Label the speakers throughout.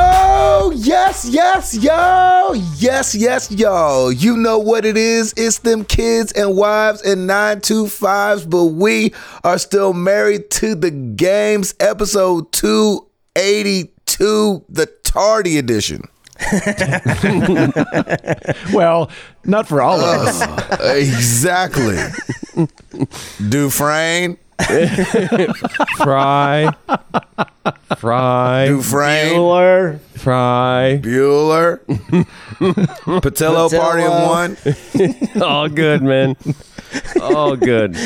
Speaker 1: Oh, Yes, yes, yo. Yes, yes, yo. You know what it is. It's them kids and wives and 925s, but we are still married to the games. Episode 282, the tardy edition.
Speaker 2: Well, not for all of
Speaker 3: Uh,
Speaker 2: us.
Speaker 1: exactly. Dufresne,
Speaker 3: Fry, fry,
Speaker 1: Dufresne,
Speaker 4: Bueller.
Speaker 3: fry.
Speaker 1: Bueller, Patello Party of
Speaker 4: Patello.
Speaker 1: One.
Speaker 3: All good, man. All good.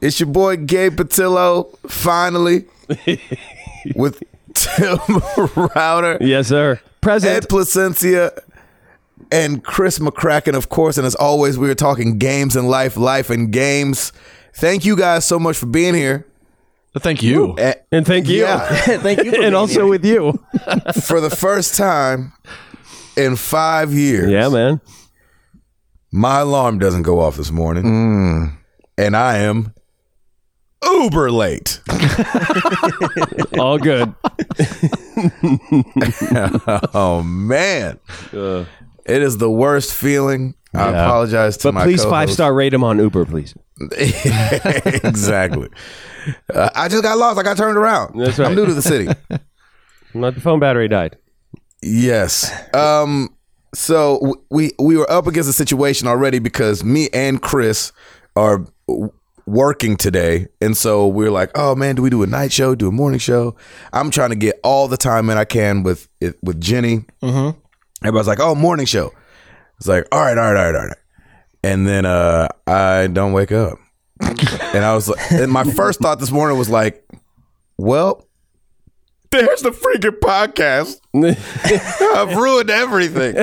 Speaker 1: It's your boy Gabe Patillo, finally, with Tim Router,
Speaker 3: Yes, sir.
Speaker 1: Ed
Speaker 3: Present.
Speaker 1: Placencia, and Chris McCracken, of course. And as always, we are talking games and life, life and games. Thank you guys so much for being here.
Speaker 2: Thank you.
Speaker 1: Eh,
Speaker 3: And thank you.
Speaker 1: Yeah,
Speaker 4: Thank you. for being
Speaker 3: And also with you.
Speaker 1: for the first time in five years.
Speaker 3: Yeah, man.
Speaker 1: My alarm doesn't go off this morning. And I am uber late.
Speaker 3: All good.
Speaker 1: Oh, man. It is the worst feeling. I
Speaker 3: Yeah.
Speaker 1: apologize to
Speaker 3: But
Speaker 1: my
Speaker 3: please
Speaker 1: co-host.
Speaker 3: five star rate him on Uber, please.
Speaker 1: exactly. Uh, I just got lost. I got turned around.
Speaker 3: That's right.
Speaker 1: I'm new to the city.
Speaker 3: Not the phone battery died.
Speaker 1: yes. Um. So w- we we were up against a situation already because me and Chris are w- working today, and so we're like, oh man, do we do a night show? Do a morning show? I'm trying to get all the time in I can with it with Jenny. Mm-hmm. Everybody's like, oh, morning show. It's like, all right, all right, all right, all right. And then uh, I don't wake up. and I was like, and my first thought this morning was like, well, there's the freaking podcast. I've ruined everything.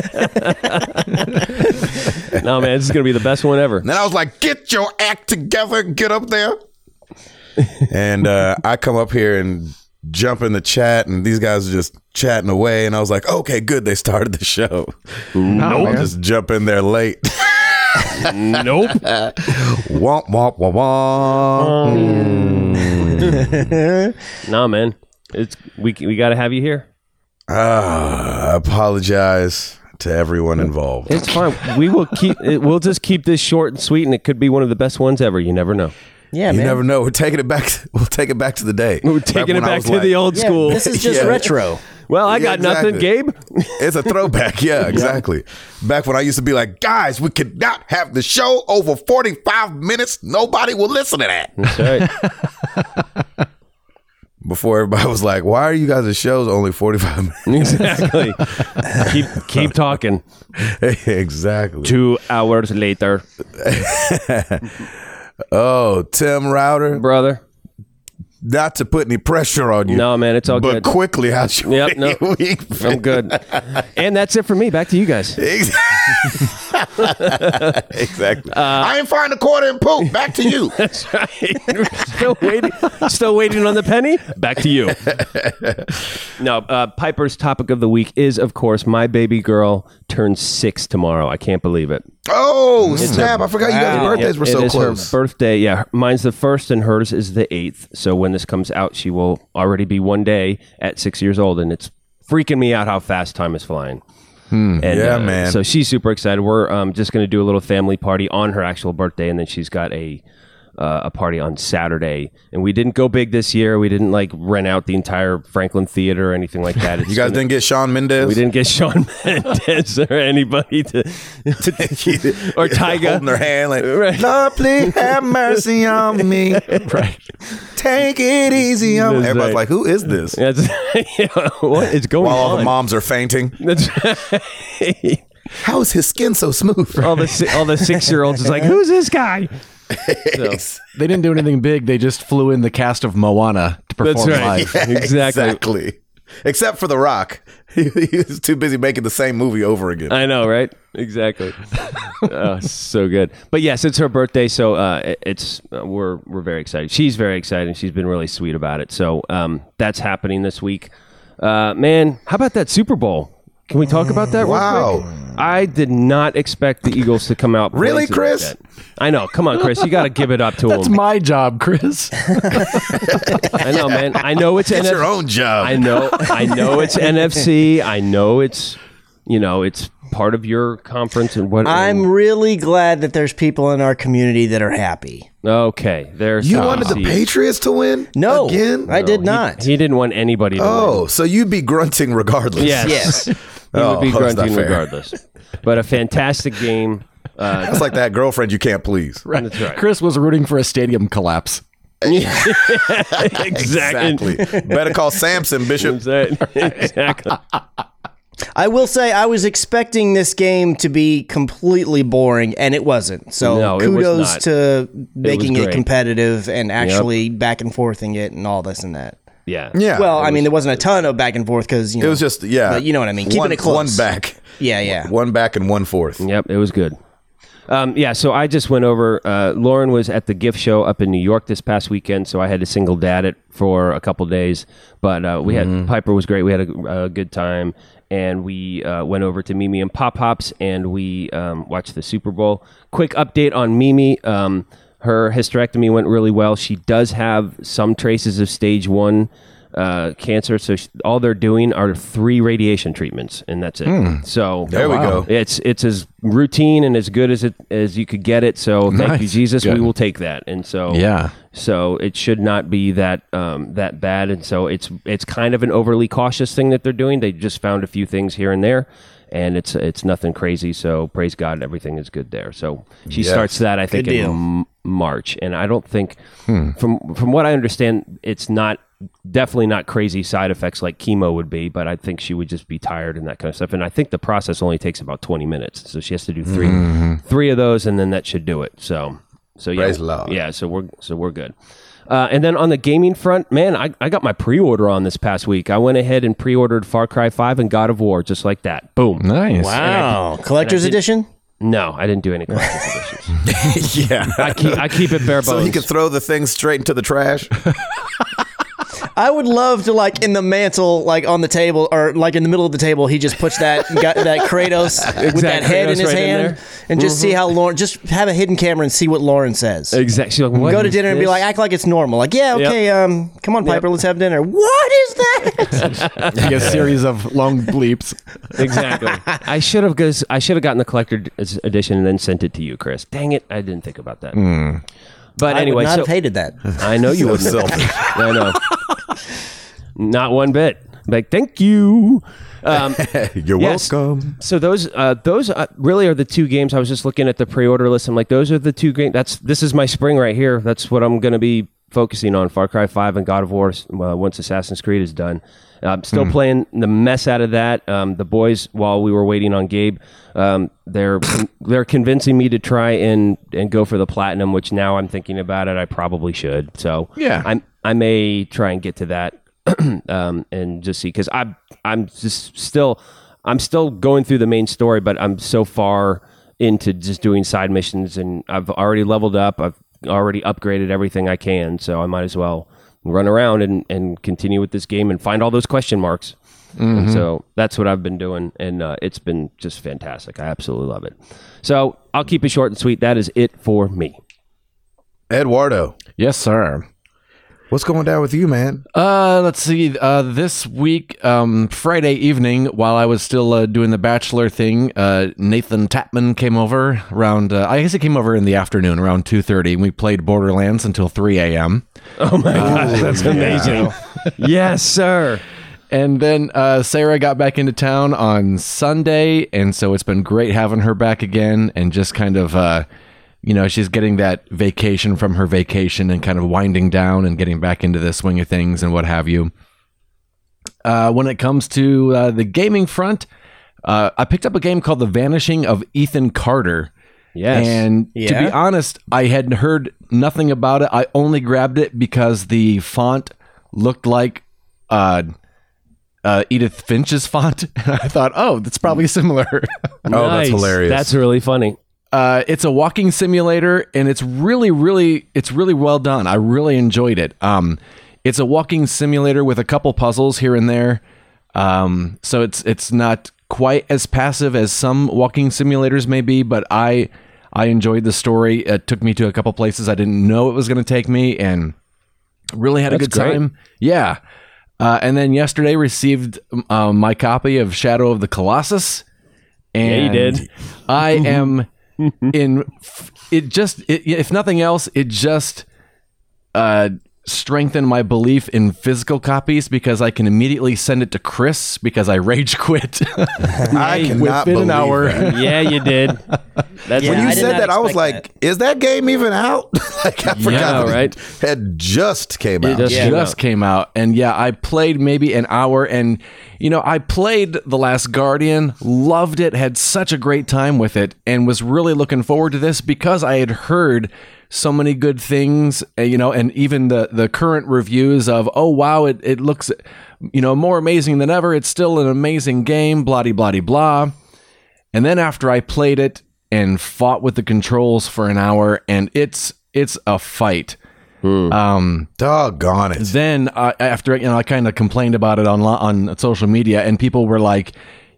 Speaker 1: And
Speaker 3: No, man, this is going to be the best one ever.
Speaker 1: then I was like, get your act together, get up there. and uh, I come up here and jump in the chat, and these guys are just chatting away. And I was like, okay, good, they started the show. I'll just jump in there late.
Speaker 2: Nope.
Speaker 1: womp, womp, womp, womp.
Speaker 3: Oh, No, man. It's we we got to have you here.
Speaker 1: Ah, I apologize to everyone involved.
Speaker 3: It's fine. We will keep it, we'll just keep this short and sweet and it could be one of the best ones ever. You never know.
Speaker 4: here. Yeah,
Speaker 1: You
Speaker 4: man.
Speaker 1: never know. We're taking it back. We'll take it back to the day.
Speaker 3: We're taking
Speaker 1: when I
Speaker 3: it back
Speaker 1: was
Speaker 3: to
Speaker 1: like,
Speaker 3: the old
Speaker 4: Yeah,
Speaker 3: school.
Speaker 4: This is just
Speaker 1: Yeah.
Speaker 4: retro.
Speaker 3: well, I
Speaker 1: Yeah,
Speaker 3: got nothing, Gabe.
Speaker 1: exactly. It's a throwback. Yeah, exactly. Back when I used to be like, guys, we could not have the show over 45 minutes. Nobody will listen to that.
Speaker 3: That's right.
Speaker 1: Before everybody was like, why are you guys' shows only 45
Speaker 3: Exactly. keep keep talking.
Speaker 1: minutes? exactly.
Speaker 3: Two hours later,
Speaker 1: Oh, Tim Router,
Speaker 3: brother.
Speaker 1: not to put any pressure on you.
Speaker 3: No, man, it's all
Speaker 1: But
Speaker 3: good.
Speaker 1: quickly, how should
Speaker 3: Yep, no.
Speaker 1: we?
Speaker 3: I'm good. And that's it for me. Back to you guys.
Speaker 1: exactly.
Speaker 3: Uh,
Speaker 1: I ain't find a quarter and poop. Back to you.
Speaker 3: That's right. still waiting. Still waiting on the penny. Back to you. No, uh, Piper's topic of the week is, of course, my baby girl turns six tomorrow. I can't believe it.
Speaker 1: Oh, snap. I forgot you guys'
Speaker 3: It-
Speaker 1: birthdays were
Speaker 3: it
Speaker 1: so
Speaker 3: is
Speaker 1: close.
Speaker 3: Her birthday, yeah. Mine's the first, and hers is the eighth. So when this comes out, she will already be one day at six years old, and it's freaking me out how fast time is flying.
Speaker 1: Hmm.
Speaker 3: And, uh,
Speaker 1: yeah, man.
Speaker 3: So she's super excited. We're um, just going to do a little family party on her actual birthday, and then she's got a uh, a party on Saturday. And we didn't go big this year. We didn't like rent out the entire Franklin Theater or anything like that. It's
Speaker 1: you guys
Speaker 3: gonna-
Speaker 1: didn't get Sean Mendez?
Speaker 3: we didn't get Sean Mendes or anybody to, to- or Tyga.
Speaker 1: holding their hand like,
Speaker 3: Right.
Speaker 1: Lord, please have mercy on me.
Speaker 3: Right.
Speaker 1: Take it easy on me.
Speaker 3: That's
Speaker 1: Everybody's
Speaker 3: right.
Speaker 1: like, who is this?
Speaker 3: That's yeah, what is going
Speaker 1: While all
Speaker 3: on.
Speaker 1: the moms are fainting.
Speaker 3: That's right.
Speaker 1: How is his skin so smooth?
Speaker 3: all the si- all the six year olds is like, who's this guy?
Speaker 2: They didn't do anything big. They just flew in the cast of Moana to perform
Speaker 3: That's right.
Speaker 2: live.
Speaker 3: Exactly.
Speaker 1: exactly. Except for The Rock. he was too busy making the same movie over again.
Speaker 3: I know, right? Exactly. oh, so good. But yes, it's her birthday, so uh, it- it's uh, we're we're very excited. She's very excited. and She's been really sweet about it. So um, that's happening this week. Uh, man, how about that Super Bowl? Can we talk about that? real
Speaker 1: Wow.
Speaker 3: quick? I did not expect the Eagles to come out.
Speaker 1: Really,
Speaker 3: blazing like
Speaker 1: Chris?
Speaker 3: that. I know. Come on, Chris. You got to give it up to
Speaker 2: That's
Speaker 3: them.
Speaker 2: my job, Chris.
Speaker 3: I know, man. I know it's
Speaker 1: It's
Speaker 3: NF-
Speaker 1: your own job.
Speaker 3: I know. I know it's NFC. I know it's you know it's part of your conference and what.
Speaker 4: I'm really glad that there's people in our community that are happy.
Speaker 3: okay. There's
Speaker 1: you
Speaker 3: Tom
Speaker 1: wanted the
Speaker 3: Seed.
Speaker 1: Patriots to win?
Speaker 4: No,
Speaker 1: Again?
Speaker 4: I did
Speaker 3: He-
Speaker 4: not.
Speaker 3: He, didn't want anybody to win.
Speaker 1: oh, so you'd be grunting regardless.
Speaker 3: Yes.
Speaker 4: yes.
Speaker 3: He would
Speaker 1: Oh,
Speaker 3: be
Speaker 1: that's not
Speaker 3: grunting
Speaker 1: fair.
Speaker 3: regardless. But a fantastic game. Uh,
Speaker 1: That's like that girlfriend you can't please.
Speaker 3: that's right.
Speaker 2: Chris was rooting for a stadium collapse.
Speaker 3: exactly.
Speaker 1: Better call Samson, Bishop.
Speaker 3: exactly.
Speaker 4: I will say I was expecting this game to be completely boring, and it wasn't. So
Speaker 3: No, it was
Speaker 4: kudos
Speaker 3: not.
Speaker 4: to making it,
Speaker 3: great.
Speaker 4: competitive and actually back and forthing it and all this and that.
Speaker 3: Yeah.
Speaker 1: Yeah.
Speaker 4: well, I mean, there wasn't a ton of back and forth because you
Speaker 1: it
Speaker 4: know,
Speaker 1: was just, yeah.
Speaker 4: But you know what I mean, keeping
Speaker 1: one,
Speaker 4: it close.
Speaker 1: One back.
Speaker 4: yeah, yeah.
Speaker 1: One back and one fourth.
Speaker 3: Yep, it was good. Um, yeah, so I just went over. Uh, Lauren was at the gift show up in New York this past weekend, so I had to single dad it for a couple days. But uh, we
Speaker 1: Mm-hmm.
Speaker 3: had Piper was great. We had a, a good time, and we uh, went over to Mimi and Pop Pops, and we um, watched the Super Bowl. Quick update on Mimi. Um, her hysterectomy went really well. She does have some traces of stage one uh, cancer, so she, all they're doing are three radiation treatments, and that's it. So
Speaker 1: Hmm. There we go.
Speaker 3: it's it's as routine and as good as it as you could get it. So thank you, Jesus. We will take that. And so
Speaker 2: Yeah.
Speaker 3: so it should not be that um, that bad. And so it's it's kind of an overly cautious thing that they're doing. They just found a few things here and there, and it's it's nothing crazy. So praise God, everything is good there. So she starts that I think
Speaker 4: Good
Speaker 3: in
Speaker 4: deal.
Speaker 3: M- March, and I don't think from from what I understand, it's not definitely not crazy side effects like chemo would be, but I think she would just be tired and that kind of stuff. And I think the process only takes about twenty minutes, so she has to do 3 three of those, and then that should do it. So. So yeah,
Speaker 1: Praise Lord.
Speaker 3: yeah, so we're so we're good. Uh, and then on the gaming front, man, I, I got my pre-order on this past week. I went ahead and pre-ordered Far Cry 5 and God of War just like that. Boom.
Speaker 2: Nice.
Speaker 4: Wow, collector's edition.
Speaker 3: No, I didn't do any collector's editions.
Speaker 1: yeah.
Speaker 3: I keep I keep it bare
Speaker 1: so
Speaker 3: bones.
Speaker 1: he could throw the thing straight into the trash.
Speaker 4: I would love to like in the mantle, like on the table, or like in the middle of the table. He just puts that got that Kratos with that
Speaker 3: Exactly,
Speaker 4: head in
Speaker 3: Kratos
Speaker 4: his
Speaker 3: right in
Speaker 4: hand,
Speaker 3: there. Mm-hmm.
Speaker 4: and just see how Lauren. Just have a hidden camera and see what Lauren says.
Speaker 3: exactly. She's like, what
Speaker 4: Go to
Speaker 3: is
Speaker 4: dinner and be
Speaker 3: this?
Speaker 4: like, act like it's normal. Like, yeah, okay, um, come on, Piper, let's have dinner. What is that?
Speaker 2: Like a series of long bleeps.
Speaker 4: "Ah."
Speaker 3: exactly. I should have goes. I should have gotten the collector's edition and then sent it to you, Chris. Dang it, I didn't think about that. But
Speaker 4: Hmm. I
Speaker 3: anyway,
Speaker 4: would not
Speaker 3: so
Speaker 4: have hated that.
Speaker 3: I know you
Speaker 1: So
Speaker 3: would
Speaker 1: selfish.
Speaker 3: I know. Not one bit. Like, thank you. Um,
Speaker 1: You're
Speaker 3: Yes.
Speaker 1: welcome.
Speaker 3: so those uh, those uh, really are the two games. I was just looking at the pre-order list. I'm like, those are the two games. That's this is my spring right here. That's what I'm going to be focusing on: Far Cry Five and God of War. Uh, once Assassin's Creed is done, Uh, I'm still
Speaker 1: Hmm.
Speaker 3: playing the mess out of that. Um, the boys, while we were waiting on Gabe, um, they're they're convincing me to try and and go for the platinum. Which now I'm thinking about it. I probably should. So
Speaker 2: Yeah.
Speaker 3: I'm I may try and get to that um, and just see because I'm I'm just still I'm still going through the main story, but I'm so far into just doing side missions, and I've already leveled up. I've already upgraded everything I can, so I might as well run around and, and continue with this game and find all those question marks. And so that's what I've been doing, and uh, it's been just fantastic. I absolutely love it. So I'll keep it short and sweet. That is it for me.
Speaker 1: Eduardo,
Speaker 2: Yes, sir.
Speaker 1: what's going down with you, man?
Speaker 2: Uh, let's see. Uh, this week, um, Friday evening, while I was still uh, doing the Bachelor thing, uh, Nathan Tapman came over around. Uh, I guess he came over in the afternoon, around two thirty. We played Borderlands until three a.m.
Speaker 3: Oh my gosh, that's amazing! yes, sir.
Speaker 2: And then uh, Sarah got back into town on Sunday, and so it's been great having her back again, and just kind of, uh, you know, she's getting that vacation from her vacation, and kind of winding down and getting back into the swing of things and what have you. Uh, when it comes to uh, the gaming front, uh, I picked up a game called The Vanishing of Ethan Carter.
Speaker 3: Yes.
Speaker 2: And to be
Speaker 4: Yeah.
Speaker 2: honest, I had heard nothing about it. I only grabbed it because the font looked like uh, uh, Edith Finch's font. And I thought, oh, that's probably similar.
Speaker 1: Oh, that's hilarious.
Speaker 3: That's really funny.
Speaker 2: uh, it's a walking simulator, and it's really, really, it's really well done. I really enjoyed it. Um, it's a walking simulator with a couple puzzles here and there, um, so it's it's not quite as passive as some walking simulators may be, but I I enjoyed the story. It took me to a couple places I didn't know it was going to take me, and really had a
Speaker 3: That's
Speaker 2: good
Speaker 3: great.
Speaker 2: time. Yeah. Uh, and then yesterday received uh, my copy of Shadow of the Colossus. And
Speaker 3: you did.
Speaker 2: I am in it just it, if nothing else it just uh strengthened my belief in physical copies because I can immediately send it to Chris because I rage quit
Speaker 1: I cannot
Speaker 2: within
Speaker 1: believe
Speaker 2: an hour.
Speaker 1: that.
Speaker 3: yeah, you did. That's
Speaker 4: Yeah,
Speaker 3: when
Speaker 1: You
Speaker 4: I did
Speaker 1: said
Speaker 4: not
Speaker 1: that I was
Speaker 4: expect
Speaker 1: like, "Is that game even out?" like I forgot
Speaker 2: Yeah,
Speaker 1: that it
Speaker 3: right.
Speaker 1: had just came out.
Speaker 3: just-
Speaker 2: just,
Speaker 3: Yeah.
Speaker 2: just came out and yeah i played maybe an hour and you know i played the last guardian loved it had such a great time with it and was really looking forward to this because i had heard so many good things uh, you know and even the the current reviews of oh wow it, it looks you know more amazing than ever it's still an amazing game blah de blah de blah and then after I played it and fought with the controls for an hour, and it's it's a fight.
Speaker 1: Doggone it!
Speaker 2: Then uh, after you know, I kind of complained about it on lo- on social media, and people were like,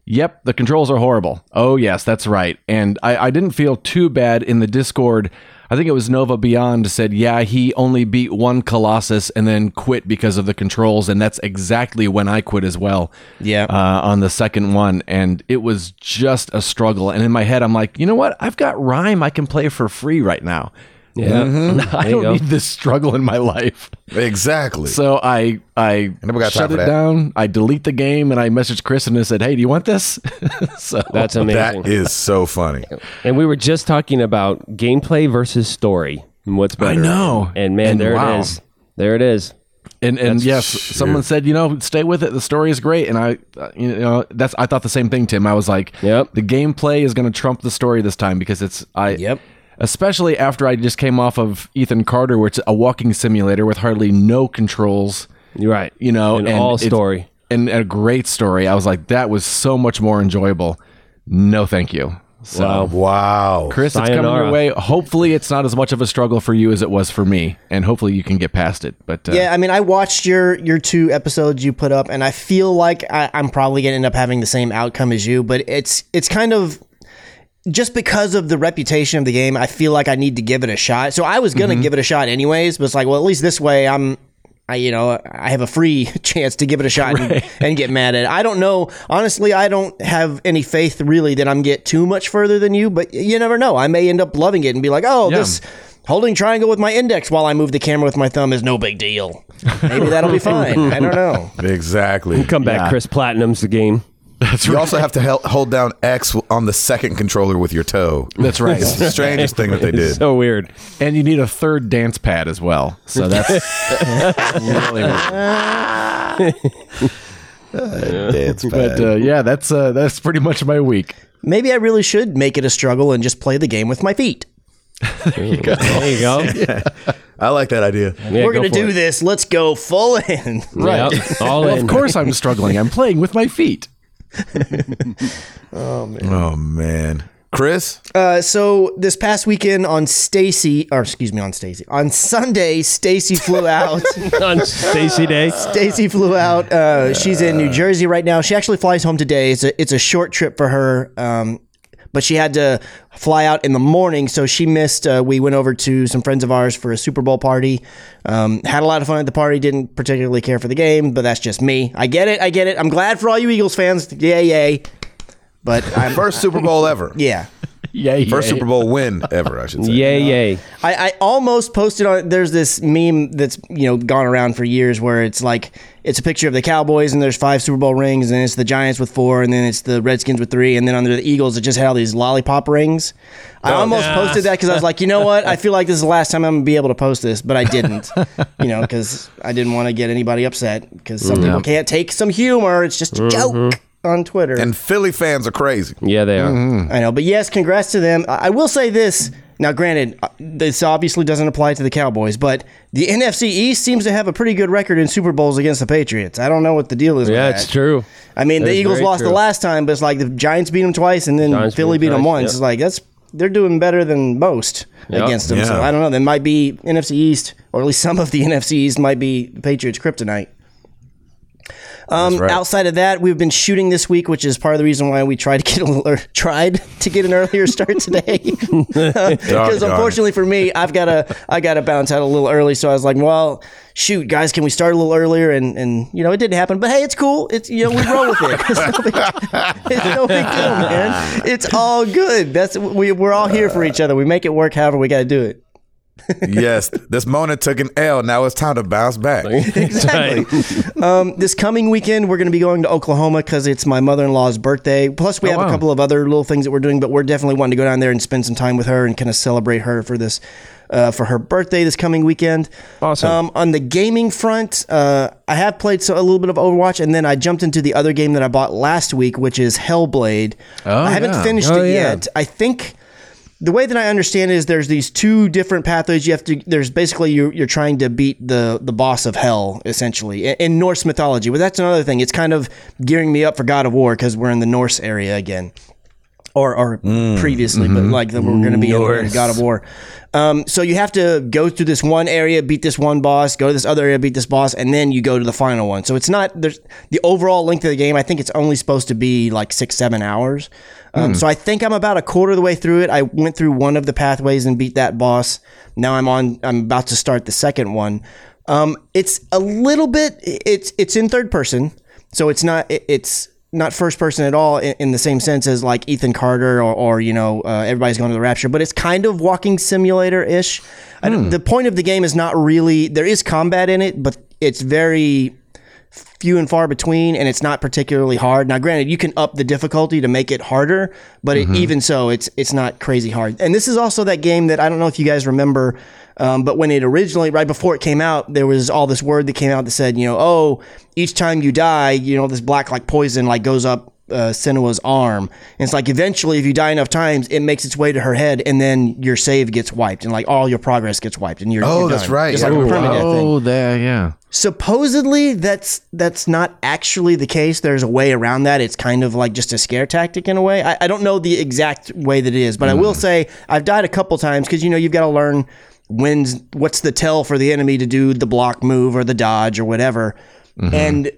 Speaker 2: "Yep, the controls are horrible." Oh yes, that's right. And I, I didn't feel too bad in the Discord. I think it was Nova Beyond said, "Yeah, he only beat one Colossus and then quit because of the controls," and that's exactly when I quit as well
Speaker 4: Yeah.
Speaker 2: uh, on the second one, and it was just a struggle. And in my head, I'm like, you know what? I've got Rhyme. I can play for free right now.
Speaker 3: Yeah.
Speaker 2: I don't need this struggle in my life.
Speaker 1: Exactly.
Speaker 2: So I I
Speaker 1: never got time
Speaker 2: shut
Speaker 1: for that.
Speaker 2: it down. I delete the game, and I messaged Chris and I said, "Hey, do you want this?" so
Speaker 3: That's amazing.
Speaker 1: that is so funny.
Speaker 3: and we were just talking about gameplay versus story and what's better.
Speaker 2: know.
Speaker 3: And man,
Speaker 2: And
Speaker 3: there
Speaker 2: wow.
Speaker 3: it is. There it is.
Speaker 2: and and yes, someone said, you know, stay with it. The story is great, and I, uh, you know, that's I thought the same thing, Tim. I was like,
Speaker 3: Yep.
Speaker 2: the gameplay is going to trump the story this time because it's I,
Speaker 4: Yep.
Speaker 2: especially after I just came off of Ethan Carter, which is a walking simulator with hardly no controls,
Speaker 3: You're right.
Speaker 2: you know,
Speaker 3: An
Speaker 2: and
Speaker 3: all
Speaker 2: it's-
Speaker 3: story.
Speaker 2: and a great story. I was like, that was so much more enjoyable. No, thank you. So,
Speaker 1: Wow.
Speaker 2: Chris, it's coming
Speaker 3: Sayonara.
Speaker 2: your way. Hopefully, it's not as much of a struggle for you as it was for me, and hopefully, you can get past it. But uh,
Speaker 4: Yeah, I mean, I watched your your two episodes you put up, and I feel like I, I'm probably gonna end up having the same outcome as you. But it's it's kind of just because of the reputation of the game, I feel like I need to give it a shot. So I was gonna give it a shot anyways, but it's like, well, at least this way, I'm. I, you know, I have a free chance to give it a shot and, and get mad at it. I don't know. Honestly, I don't have any faith really that I'm get too much further than you, but you never know. I may end up loving it and be like, oh, this holding triangle with my index while I move the camera with my thumb is no big deal. Maybe that'll be fine. I don't know.
Speaker 1: Exactly.
Speaker 3: Come back, Chris Platinum's the game.
Speaker 1: you also have to hel- hold down X on the second controller with your toe.
Speaker 2: that's right.
Speaker 1: It's the strangest thing that they
Speaker 3: It's
Speaker 1: did.
Speaker 3: so weird.
Speaker 2: and you need a third dance pad as well. So that's really weird.
Speaker 1: It's
Speaker 2: But uh, yeah, that's uh, that's pretty much my week.
Speaker 4: Maybe I really should make it a struggle and just play the game with my feet.
Speaker 3: There you go. Yeah,
Speaker 1: I like that idea.
Speaker 4: We're
Speaker 3: go
Speaker 4: gonna
Speaker 3: for
Speaker 4: do
Speaker 3: it.
Speaker 4: this. Let's go full in.
Speaker 3: Right. All
Speaker 2: Well,
Speaker 3: in.
Speaker 2: of course, I'm struggling. I'm playing with my feet.
Speaker 1: Oh man, Chris,
Speaker 4: Uh, so this past weekend on Stacy, or excuse me, on Stacy, on Sunday, Stacy flew out.
Speaker 3: On Stacy Day.
Speaker 4: Stacy flew out. Uh, she's in New Jersey right now. She actually flies home today. It's a it's a short trip for her. Um, but she had to fly out in the morning, so she missed. Uh, we went over to some friends of ours for a Super Bowl party. Um, had a lot of fun at the party. Didn't particularly care for the game, but that's just me. I get it. I get it. I'm glad for all you Eagles fans. Yay, yay. But I'm
Speaker 1: first Super Bowl ever.
Speaker 4: yeah.
Speaker 2: Yay!
Speaker 1: First Super Bowl win ever, I should say.
Speaker 3: Yay, yay.
Speaker 4: I, I almost posted on. There's this meme that's you know gone around for years where it's like it's a picture of the Cowboys and there's five Super Bowl rings, and then it's the Giants with four, and then it's the Redskins with three, and then under the Eagles it just had all these lollipop rings. I almost posted that because I was like, you know what? I feel like this is the last time I'm gonna be able to post this, but I didn't, you know, because I didn't want to get anybody upset because some people can't take some humor. It's just a joke on Twitter.
Speaker 1: And Philly fans are crazy.
Speaker 3: Yeah, they are.
Speaker 2: Mm-hmm.
Speaker 4: I know, but yes, congrats to them. I I will say this. Now, granted, uh, this obviously doesn't apply to the Cowboys, but the NFC East seems to have a pretty good record in Super Bowls against the Patriots. I don't know what the deal is.
Speaker 3: Yeah,
Speaker 4: with
Speaker 3: it's
Speaker 4: that.
Speaker 3: true.
Speaker 4: I mean, the
Speaker 3: is
Speaker 4: Eagles
Speaker 3: very
Speaker 4: lost the
Speaker 3: true.
Speaker 4: last time, but it's like the Giants beat them twice, and then
Speaker 3: Giants
Speaker 4: Philly
Speaker 3: beat
Speaker 4: beat
Speaker 3: 'em
Speaker 4: them
Speaker 3: twice,
Speaker 4: once.
Speaker 3: yep.
Speaker 4: It's like that's they're doing better than most
Speaker 3: Yep.
Speaker 4: against them. So
Speaker 1: Yeah.
Speaker 4: I don't know. They might be NFC East, or at least some of the NFC East might be Patriots kryptonite. Um,
Speaker 1: right.
Speaker 4: Outside of that, we've been shooting this week, which is part of the reason why we tried to get a, or tried to get an earlier start today. Because
Speaker 1: Doggone.
Speaker 4: unfortunately for me, I've got to I got to bounce out a little early. So I was like, well, shoot, guys, can we start a little earlier? And and you know, it didn't happen, but hey, it's cool. It's you know, we roll with it. It's no big, it's no big deal, man. It's all good. That's we we're all here for each other. We make it work. However, we got to do it.
Speaker 1: yes, this Mona took an L. Now it's time to bounce back.
Speaker 4: Exactly.
Speaker 3: Right.
Speaker 4: Um, this coming weekend, we're going to be going to Oklahoma because it's my mother in law's birthday. Plus, we have a couple of other little things that we're doing, but we're definitely wanting to go down there and spend some time with her and kind of celebrate her for this, uh, for her birthday this coming weekend.
Speaker 3: Awesome.
Speaker 4: Um, on the gaming front, uh, I have played so, a little bit of Overwatch, and then I jumped into the other game that I bought last week, which is Hellblade.
Speaker 2: Oh,
Speaker 4: I haven't
Speaker 2: yeah.
Speaker 4: finished
Speaker 3: Oh,
Speaker 4: it
Speaker 3: yeah.
Speaker 4: yet. I think the way that I understand it is there's these two different pathways you have to there's basically you're, you're trying to beat the the boss of hell essentially in, in Norse mythology but that's another thing it's kind of gearing me up for God of War because we're in the Norse area again or or previously but like that we're going to be in- in God of War um, so you have to go through this one area beat this one boss go to this other area beat this boss and then you go to the final one so it's not there's the overall length of the game I think it's only supposed to be like six seven hours um, So I think I'm about a quarter of the way through it. I went through one of the pathways and beat that boss. Now I'm on. I'm about to start the second one. Um, it's a little bit. It's it's in third person, so it's not. it- It's not first person at all in, in the same sense as like Ethan Carter or, or you know uh, everybody's going to the Rapture. But it's kind of walking simulator ish. The point of the game is not really. There is combat in it, but it's very few and far between and it's not particularly hard. Now granted you can up the difficulty to make it harder, but
Speaker 1: Mm-hmm.
Speaker 4: it, even so it's it's not crazy hard. And this is also that game that I don't know if you guys remember um, but when it originally right before it came out there was all this word that came out that said, you know, oh, each time you die, you know, this black like poison like goes up uh, Senua's arm. And it's like eventually, if you die enough times, it makes its way to her head, and then your save gets wiped, and like all your progress gets wiped, and you're
Speaker 1: Oh,
Speaker 4: you're
Speaker 1: that's
Speaker 4: done.
Speaker 1: right.
Speaker 4: Just
Speaker 1: Yeah.
Speaker 4: like a
Speaker 1: Ooh,
Speaker 4: permadeath thing
Speaker 2: Oh, there, yeah.
Speaker 4: supposedly that's that's not actually the case there's a way around that it's kind of like just a scare tactic in a way i, I don't know the exact way that it is but i will say i've died a couple times because you know you've got to learn when's what's the tell for the enemy to do the block move or the dodge or whatever and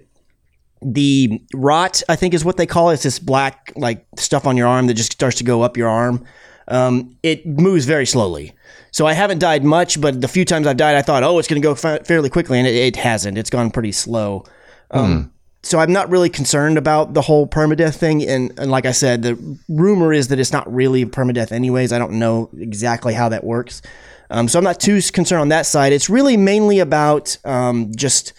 Speaker 4: the rot i think is what they call it it's this black like stuff on your arm that just starts to go up your arm um, it moves very slowly so i haven't died much but the few times i've died i thought oh it's going to go fa- fairly quickly and it, it hasn't it's gone pretty slow um, so i'm not really concerned about the whole permadeath thing and, and like i said the rumor is that it's not really permadeath anyways i don't know exactly how that works um, so i'm not too concerned on that side it's really mainly about um, just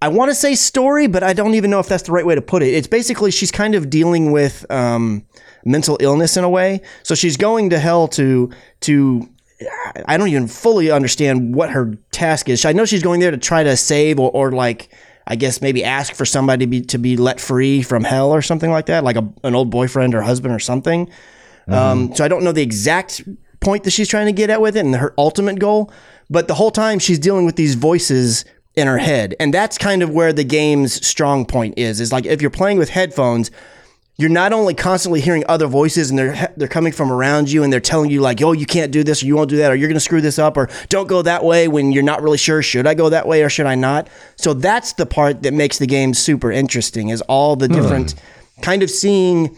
Speaker 4: I want to say story, but I don't even know if that's the right way to put it. It's basically she's kind of dealing with um, mental illness in a way. So she's going to hell to to. I don't even fully understand what her task is. I know she's going there to try to save or, or like I guess maybe ask for somebody to be to be let free from hell or something like that, like a, an old boyfriend or husband or something. Um, so I don't know the exact point that she's trying to get at with it and her ultimate goal, but the whole time she's dealing with these voices in her head. And that's kind of where the game's strong point is. Is like if you're playing with headphones, you're not only constantly hearing other voices and they're they're coming from around you and they're telling you like, "Oh, you can't do this or you won't do that or you're going to screw this up or don't go that way when you're not really sure should I go that way or should I not?" So that's the part that makes the game super interesting is all the different kind of seeing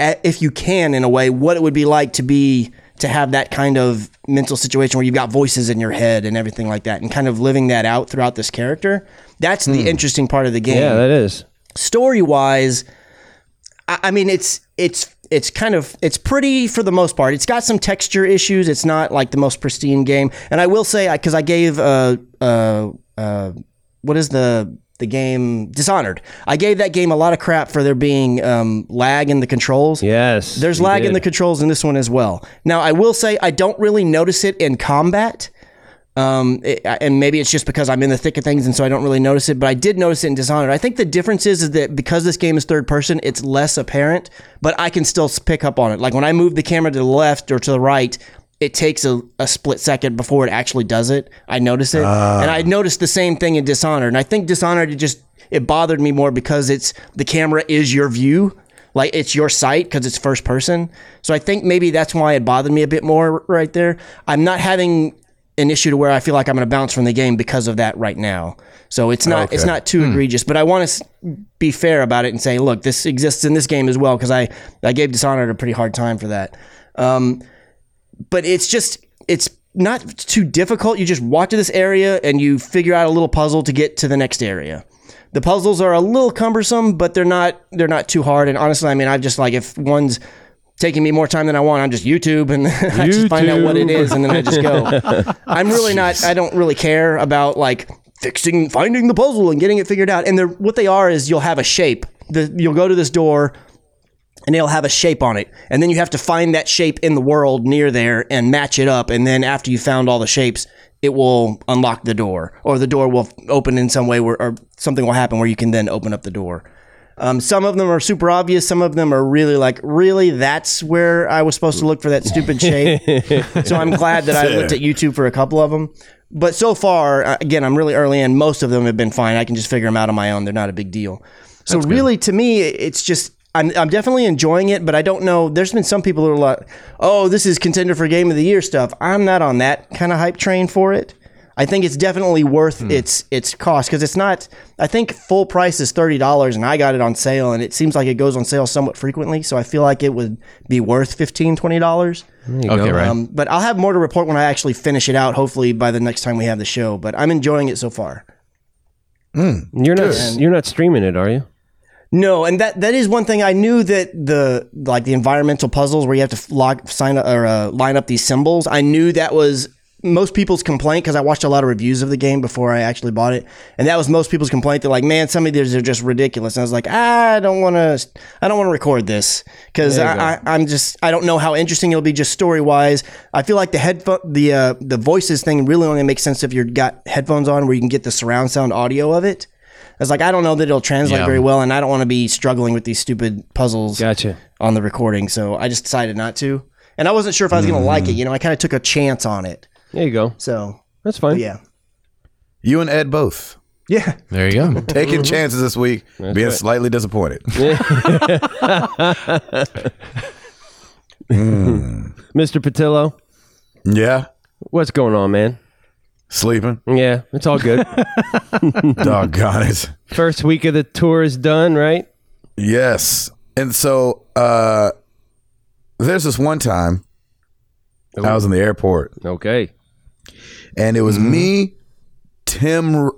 Speaker 4: a- if you can in a way what it would be like to be to have that kind of mental situation where you've got voices in your head and everything like that and kind of living that out throughout this character that's the interesting part of the game
Speaker 3: yeah, that is.
Speaker 4: story wise, I, I mean it's it's it's kind of it's pretty for the most part. It's got some texture issues. It's not like the most pristine game. And I will say because I gave uh uh uh what is the the game Dishonored. I gave that game a lot of crap for there being um, lag in the controls.
Speaker 3: Yes.
Speaker 4: There's
Speaker 3: you
Speaker 4: lag in the
Speaker 3: did.
Speaker 4: controls in this one as well. Now, I will say I don't really notice it in combat. Um, it- I- and maybe it's just because I'm in the thick of things, and so I don't really notice it. But I did notice it in Dishonored. I think the difference is, is that because this game is third person, it's less apparent, but I can still s- pick up on it. Like when I move the camera to the left or to the right, it takes a, a split second before it actually does it. I notice it, and I noticed the same thing in Dishonored. And I think Dishonored it just it bothered me more because it's the camera is your view like it's your sight because it's first person. So I think maybe that's why it bothered me a bit more right there. I'm not having an issue to where I feel like I'm going to bounce from the game because of that right now. So it's not it's
Speaker 1: Okay.
Speaker 4: not too egregious, but I want to be fair about it and say, look, this exists in this game as well because I I gave Dishonored a pretty hard time for that. Um, but it's just it's not too difficult. You just walk to this area and you figure out a little puzzle to get to the next area. The puzzles are a little cumbersome, but they're not they're not too hard. And honestly, I mean, I've just like if one's taking me more time than I want, I'm just YouTube and I just find out what it is and then I just go. I'm really not. I don't really care about like fixing finding the puzzle and getting it figured out. And they're, what they are is you'll have a shape. The, you'll go to this door and it'll have a shape on it. And then you have to find that shape in the world near there and match it up. And then after you found all the shapes, it will unlock the door, or the door will open in some way, where, or something will happen where you can then open up the door. Um, some of them are super obvious. Some of them are really like, really, that's where I was supposed to look for that stupid shape. so I'm glad that I looked at YouTube for a couple of them. But so far, uh, again, I'm really early in. Most of them have been fine. I can just figure them out on my own. They're not a big deal. So really, to me, it's just I'm I'm definitely enjoying it. But I don't know. There's been some people who are like, "Oh, this is contender for game of the year stuff." I'm not on that kind of hype train for it. I think it's definitely worth its its cost because it's not. I think full price is thirty dollars, and I got it on sale, and it seems like it goes on sale somewhat frequently. So I feel like it would be worth $15, 20 dollars.
Speaker 2: Okay, right.
Speaker 4: Um, but I'll have more to report when I actually finish it out. Hopefully by the next time we have the show. But I'm enjoying it so far.
Speaker 3: You're not you're not streaming it, are you?
Speaker 4: No, and that that is one thing I knew that the like the environmental puzzles where you have to log, sign up, or uh, line up these symbols. I knew that was most people's complaint because I watched a lot of reviews of the game before I actually bought it, and that was most people's complaint. They're like, "Man, some of these are just ridiculous." And I was like, "I don't want to, I don't want to record this because I, I, I'm just I don't know how interesting it'll be just story wise. I feel like the headphone, the uh, the voices thing really only makes sense if you've got headphones on where you can get the surround sound audio of it." I was like, I don't know that it'll translate
Speaker 2: Yeah.
Speaker 4: very well, and I don't want to be struggling with these stupid puzzles
Speaker 3: Gotcha.
Speaker 4: on the recording, so I just decided not to. And I wasn't sure if I was going to
Speaker 3: Mm.
Speaker 4: like it. You know, I kind of took a chance on it.
Speaker 3: There you go.
Speaker 4: So,
Speaker 3: That's fine.
Speaker 4: yeah.
Speaker 1: You and Ed both
Speaker 4: Yeah.
Speaker 2: There you go.
Speaker 1: taking chances this week, being slightly disappointed.
Speaker 3: Mr. Patillo,
Speaker 1: yeah,
Speaker 3: what's going on, man?
Speaker 1: sleeping.
Speaker 3: Yeah, it's all good.
Speaker 1: Doggone it.
Speaker 3: First week of the tour is done, right?
Speaker 1: Yes. And so uh there's this one time I was in the airport
Speaker 3: Okay.
Speaker 1: and it was me, Tim R-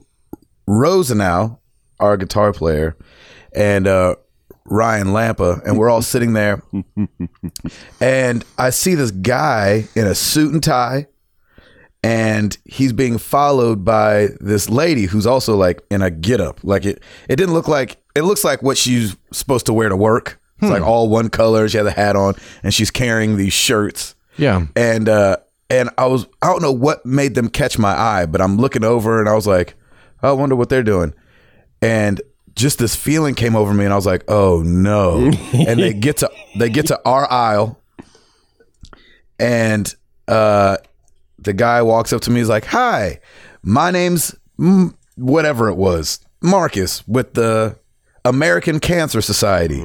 Speaker 1: Rosenau, our guitar player, and uh Ryan Lampa, and we're all sitting there. and I see this guy in a suit and tie, and he's being followed by this lady who's also like in a get up. Like it it didn't look like it looks like what she's supposed to wear to work. It's like all one color, she has a hat on, and she's carrying these shirts
Speaker 2: Yeah.
Speaker 1: and uh and I was I don't know what made them catch my eye, but I'm looking over and I was like, "Oh, I wonder what they're doing. And just this feeling came over me and I was like, oh no. and they get to they get to our aisle and uh the guy walks up to me he's like, "Hi. My name's M- whatever it was. Marcus with the American Cancer Society."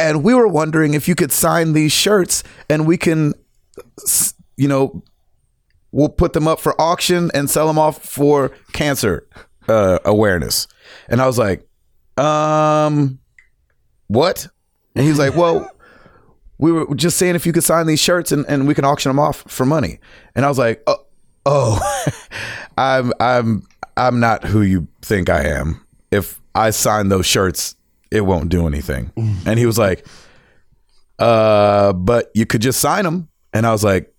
Speaker 1: And we were wondering if you could sign these shirts and we can you know, we'll put them up for auction and sell them off for cancer uh, awareness. And I was like, um, what? And he's like, well, we were just saying if you could sign these shirts and, and we can auction them off for money. And I was like, oh, oh, I'm, I'm, I'm not who you think I am. If I sign those shirts, it won't do anything. And he was like, uh, but you could just sign them. And I was like,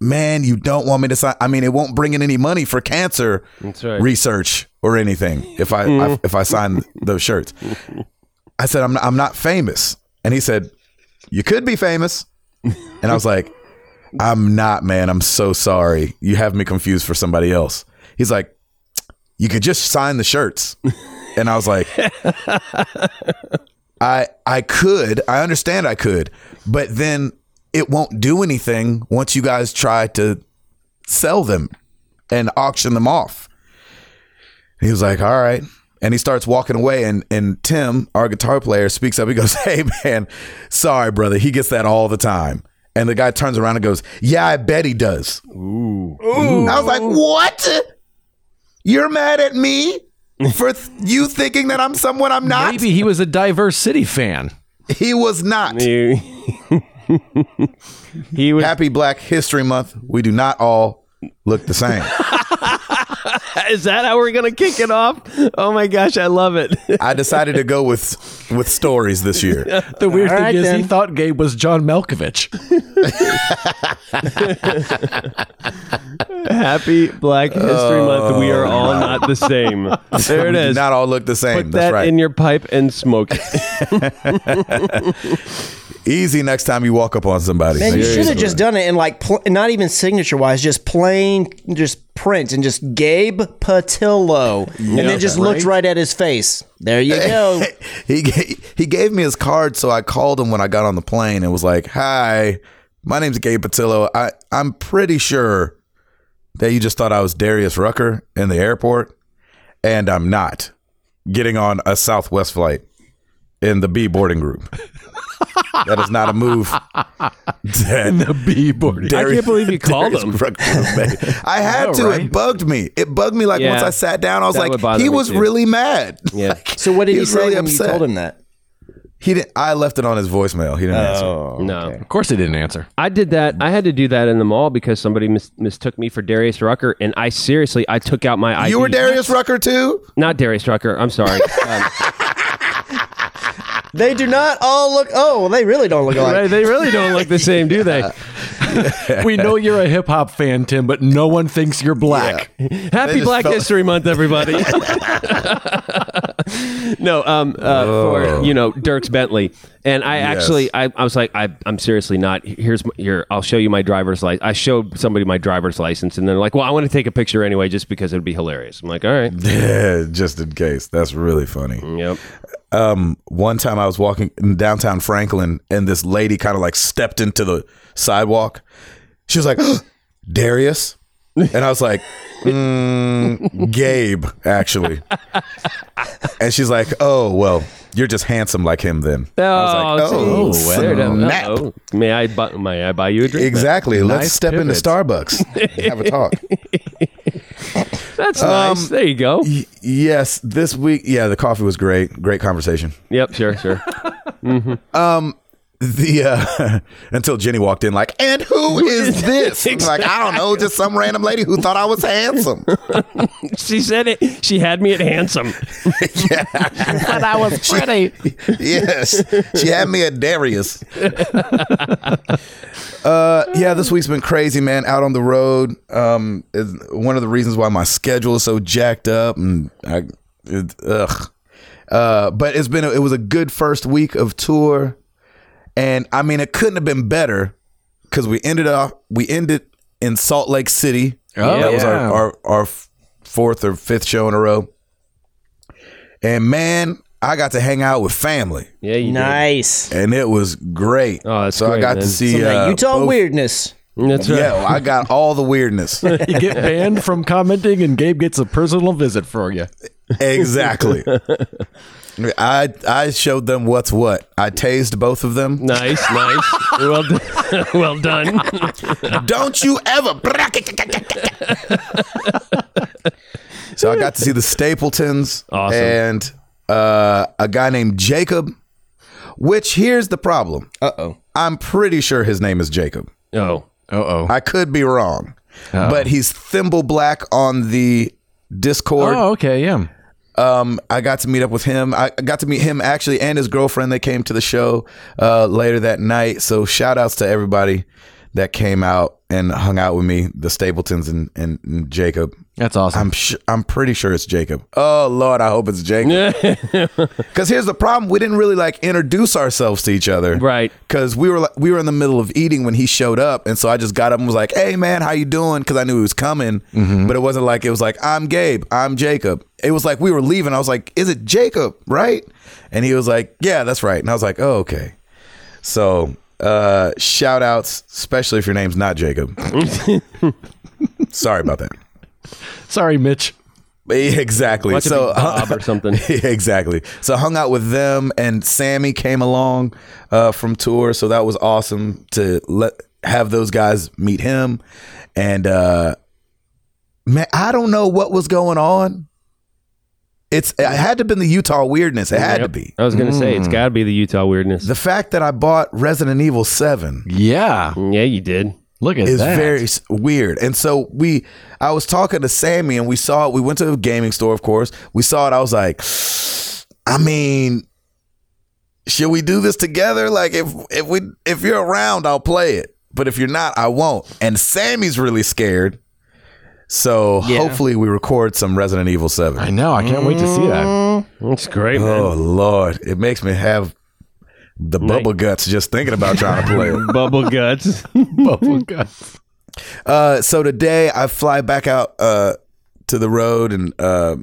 Speaker 1: man, you don't want me to sign. I mean, it won't bring in any money for cancer
Speaker 3: That's right.
Speaker 1: research or anything if I, I if I sign those shirts. I said, I'm not, I'm not famous. And he said, you could be famous. And I was like, I'm not, man. I'm so sorry. You have me confused for somebody else. He's like, you could just sign the shirts. And I was like, I I could. I understand I could, but then it won't do anything once you guys try to sell them and auction them off. He was like, "All right." And he starts walking away and and Tim, our guitar player, speaks up. He goes, "Hey man, sorry brother. He gets that all the time." And the guy turns around and goes, "Yeah, I bet he does." I was like, "What? You're mad at me for th- you thinking that I'm someone I'm not?"
Speaker 2: Maybe he was a Diverse City fan.
Speaker 1: He was not.
Speaker 3: He, he was
Speaker 1: Happy Black History Month. We do not all look the same.
Speaker 3: Is that how we're gonna kick it off? Oh my gosh, I love it.
Speaker 1: I decided to go with with stories this year.
Speaker 2: The weird
Speaker 4: All
Speaker 2: thing
Speaker 4: right,
Speaker 2: is, he
Speaker 4: then.
Speaker 2: thought Gabe was John Malkovich.
Speaker 3: Happy Black History Month. We are all not the same. There it
Speaker 1: We do
Speaker 3: is.
Speaker 1: Oh, not all look the same.
Speaker 3: Put
Speaker 1: That's
Speaker 3: that
Speaker 1: right.
Speaker 3: in your pipe and smoke it.
Speaker 1: Easy next time you walk up on somebody.
Speaker 4: Man, you
Speaker 1: Seriously.
Speaker 4: should have just done it in like pl- not even signature wise, just plain, just print and just Gabe Patillo, and then just looked right at his face. There you go.
Speaker 1: he ga- he gave me his card, so I called him when I got on the plane and was like, "Hi, my name's Gabe Patillo. I I'm pretty sure that you just thought I was Darius Rucker in the airport, and I'm not. Getting on a Southwest flight in the B boarding group. that is not a move. That
Speaker 2: B boarding.
Speaker 1: Darius-
Speaker 3: can't believe you called
Speaker 1: Darius
Speaker 3: him.
Speaker 1: Rucker made. I had
Speaker 2: know,
Speaker 1: to. It
Speaker 2: right?
Speaker 1: bugged me. It bugged me. Like
Speaker 3: Yeah.
Speaker 1: once I sat down, I was
Speaker 3: That would
Speaker 1: like,
Speaker 3: bother
Speaker 1: he
Speaker 3: me
Speaker 1: was
Speaker 3: too.
Speaker 1: really mad.
Speaker 3: Yeah.
Speaker 1: Like,
Speaker 4: So what did he,
Speaker 1: was
Speaker 4: say when you told him that?
Speaker 1: He didn't. I left it on his voicemail. He didn't answer.
Speaker 4: Oh,
Speaker 3: No.
Speaker 2: Of course, he didn't answer.
Speaker 3: I did that. I had to do that in the mall because somebody mis- mistook me for Darius Rucker, and I seriously, I took out my ID.
Speaker 1: You were Darius Rucker too.
Speaker 3: not Darius Rucker. I'm sorry. Um,
Speaker 4: They do not all look. Oh, well, they really don't look alike.
Speaker 3: right, they really don't look the same, do they?
Speaker 2: we know you're a hip hop fan, Tim, but no one thinks you're black.
Speaker 3: Happy
Speaker 1: just
Speaker 3: Black
Speaker 1: felt-
Speaker 3: History Month, everybody. no, um, uh, for you know Dirks Bentley, and I actually, I, I was like, I, I'm seriously not. Here's my, here, I'll show you my driver's license. I showed somebody my driver's license, and they're like, well, I want to take a picture anyway, just because it'd be hilarious. I'm like, all right,
Speaker 1: Yeah, just in case. That's really funny.
Speaker 3: yep.
Speaker 1: One time I was walking in downtown Franklin, and this lady kind of like stepped into the sidewalk. She was like, Darius, and I was like, mm, Gabe, actually. And she's like, Oh well, you're just handsome like him then. I was like, Oh,
Speaker 3: geez. There it is.
Speaker 1: snap."
Speaker 3: Uh-oh. Oh, May I, bu- may I buy you a drink?
Speaker 1: Exactly. Let's
Speaker 2: Nice
Speaker 1: step into
Speaker 2: pivot.
Speaker 1: Starbucks. and have a talk.
Speaker 3: That's nice. There you go.
Speaker 1: Y- yes, this week. Yeah, the coffee was great. Great conversation.
Speaker 3: Yep, sure, sure.
Speaker 1: the uh, until Jenny walked in like, and who is this? I'm Like, I don't know, just some random lady who thought I was handsome.
Speaker 3: she said it. She had me at handsome.
Speaker 2: But I was pretty.
Speaker 1: yes, she had me at Darius. uh, yeah, this week's been crazy, man. Out on the road, um, is one of the reasons why my schedule is so jacked up, and I, it, ugh. Uh, but it's been a, it was a good first week of tour, and I mean it couldn't have been better because we ended up we ended in Salt Lake City.
Speaker 2: Oh,
Speaker 1: that was our,
Speaker 2: yeah.
Speaker 1: our our f- fourth or fifth show in a row, and man, I got to hang out with family
Speaker 3: Yeah, you did.
Speaker 4: Nice.
Speaker 1: and it was great.
Speaker 3: Oh, that's
Speaker 1: so I
Speaker 3: great,
Speaker 1: got
Speaker 3: man.
Speaker 1: to see
Speaker 4: Some of that
Speaker 1: uh,
Speaker 4: Utah
Speaker 1: both-
Speaker 4: weirdness.
Speaker 3: That's right.
Speaker 1: Yeah, I got all the weirdness.
Speaker 2: You get banned from commenting, and Gabe gets a personal visit for you.
Speaker 1: exactly. I I showed them what's what. I tased both of them.
Speaker 3: Nice, nice. well, done. well done.
Speaker 1: Don't you ever. so I got to see the Stapletons
Speaker 3: Awesome.
Speaker 1: and uh, a guy named Jacob. Which here's the problem.
Speaker 4: Uh oh.
Speaker 1: I'm pretty sure his name is Jacob.
Speaker 3: Oh,
Speaker 2: Uh oh.
Speaker 1: I could be wrong, but he's thimble black on the Discord.
Speaker 2: Oh, okay, yeah.
Speaker 1: Um, I got to meet up with him. I I got to meet him actually and his girlfriend. They came to the show uh, later that night. So shout outs to everybody that came out and hung out with me, the Stapletons and, and, and Jacob.
Speaker 2: That's awesome.
Speaker 1: I'm sh- I'm pretty sure it's Jacob. Oh Lord, I hope it's Jacob. Because here's the problem: we didn't really like introduce ourselves to each other,
Speaker 3: Right.
Speaker 1: Because we were like, we were in the middle of eating when he showed up, and so I just got up and was like, "Hey man, how you doing?" Because I knew he was coming, but it wasn't like it was like I'm Gabe, I'm Jacob. It was like we were leaving. I was like, "Is it Jacob?" Right? And he was like, "Yeah, that's right." And I was like, "Oh okay." So uh, shout outs, especially if your name's not Jacob. Sorry about that.
Speaker 2: Sorry, Mitch.
Speaker 1: Exactly.
Speaker 3: watch
Speaker 1: so uh,
Speaker 3: a big Bob or something.
Speaker 1: exactly. So I hung out with them, and Sammy came along uh, from tour, so that was awesome to let have those guys meet him. And uh man, I don't know what was going on. It's it had to have been the Utah weirdness. It had to
Speaker 3: Yep.
Speaker 1: be.
Speaker 3: I was gonna say it's got to be the Utah weirdness.
Speaker 1: The fact that I bought Resident Evil 7
Speaker 2: Yeah.
Speaker 3: yeah, you did.
Speaker 2: Look at
Speaker 1: is
Speaker 2: that.
Speaker 1: very s- weird. And so we, I was talking to Sammy, and we saw it. We went to a gaming store, of course. We saw it. I was like, I mean, should we do this together? Like, if if we if you're around, I'll play it. But if you're not, I won't. And Sammy's really scared. So
Speaker 4: Yeah.
Speaker 1: hopefully we record some Resident Evil Seven.
Speaker 2: I know. I can't wait to see that.
Speaker 3: That's great, man.
Speaker 1: Oh Lord, it makes me have the bubble guts just thinking about trying to play it.
Speaker 3: Bubble guts.
Speaker 2: Bubble guts.
Speaker 1: Uh, so today I fly back out uh, to the road and uh,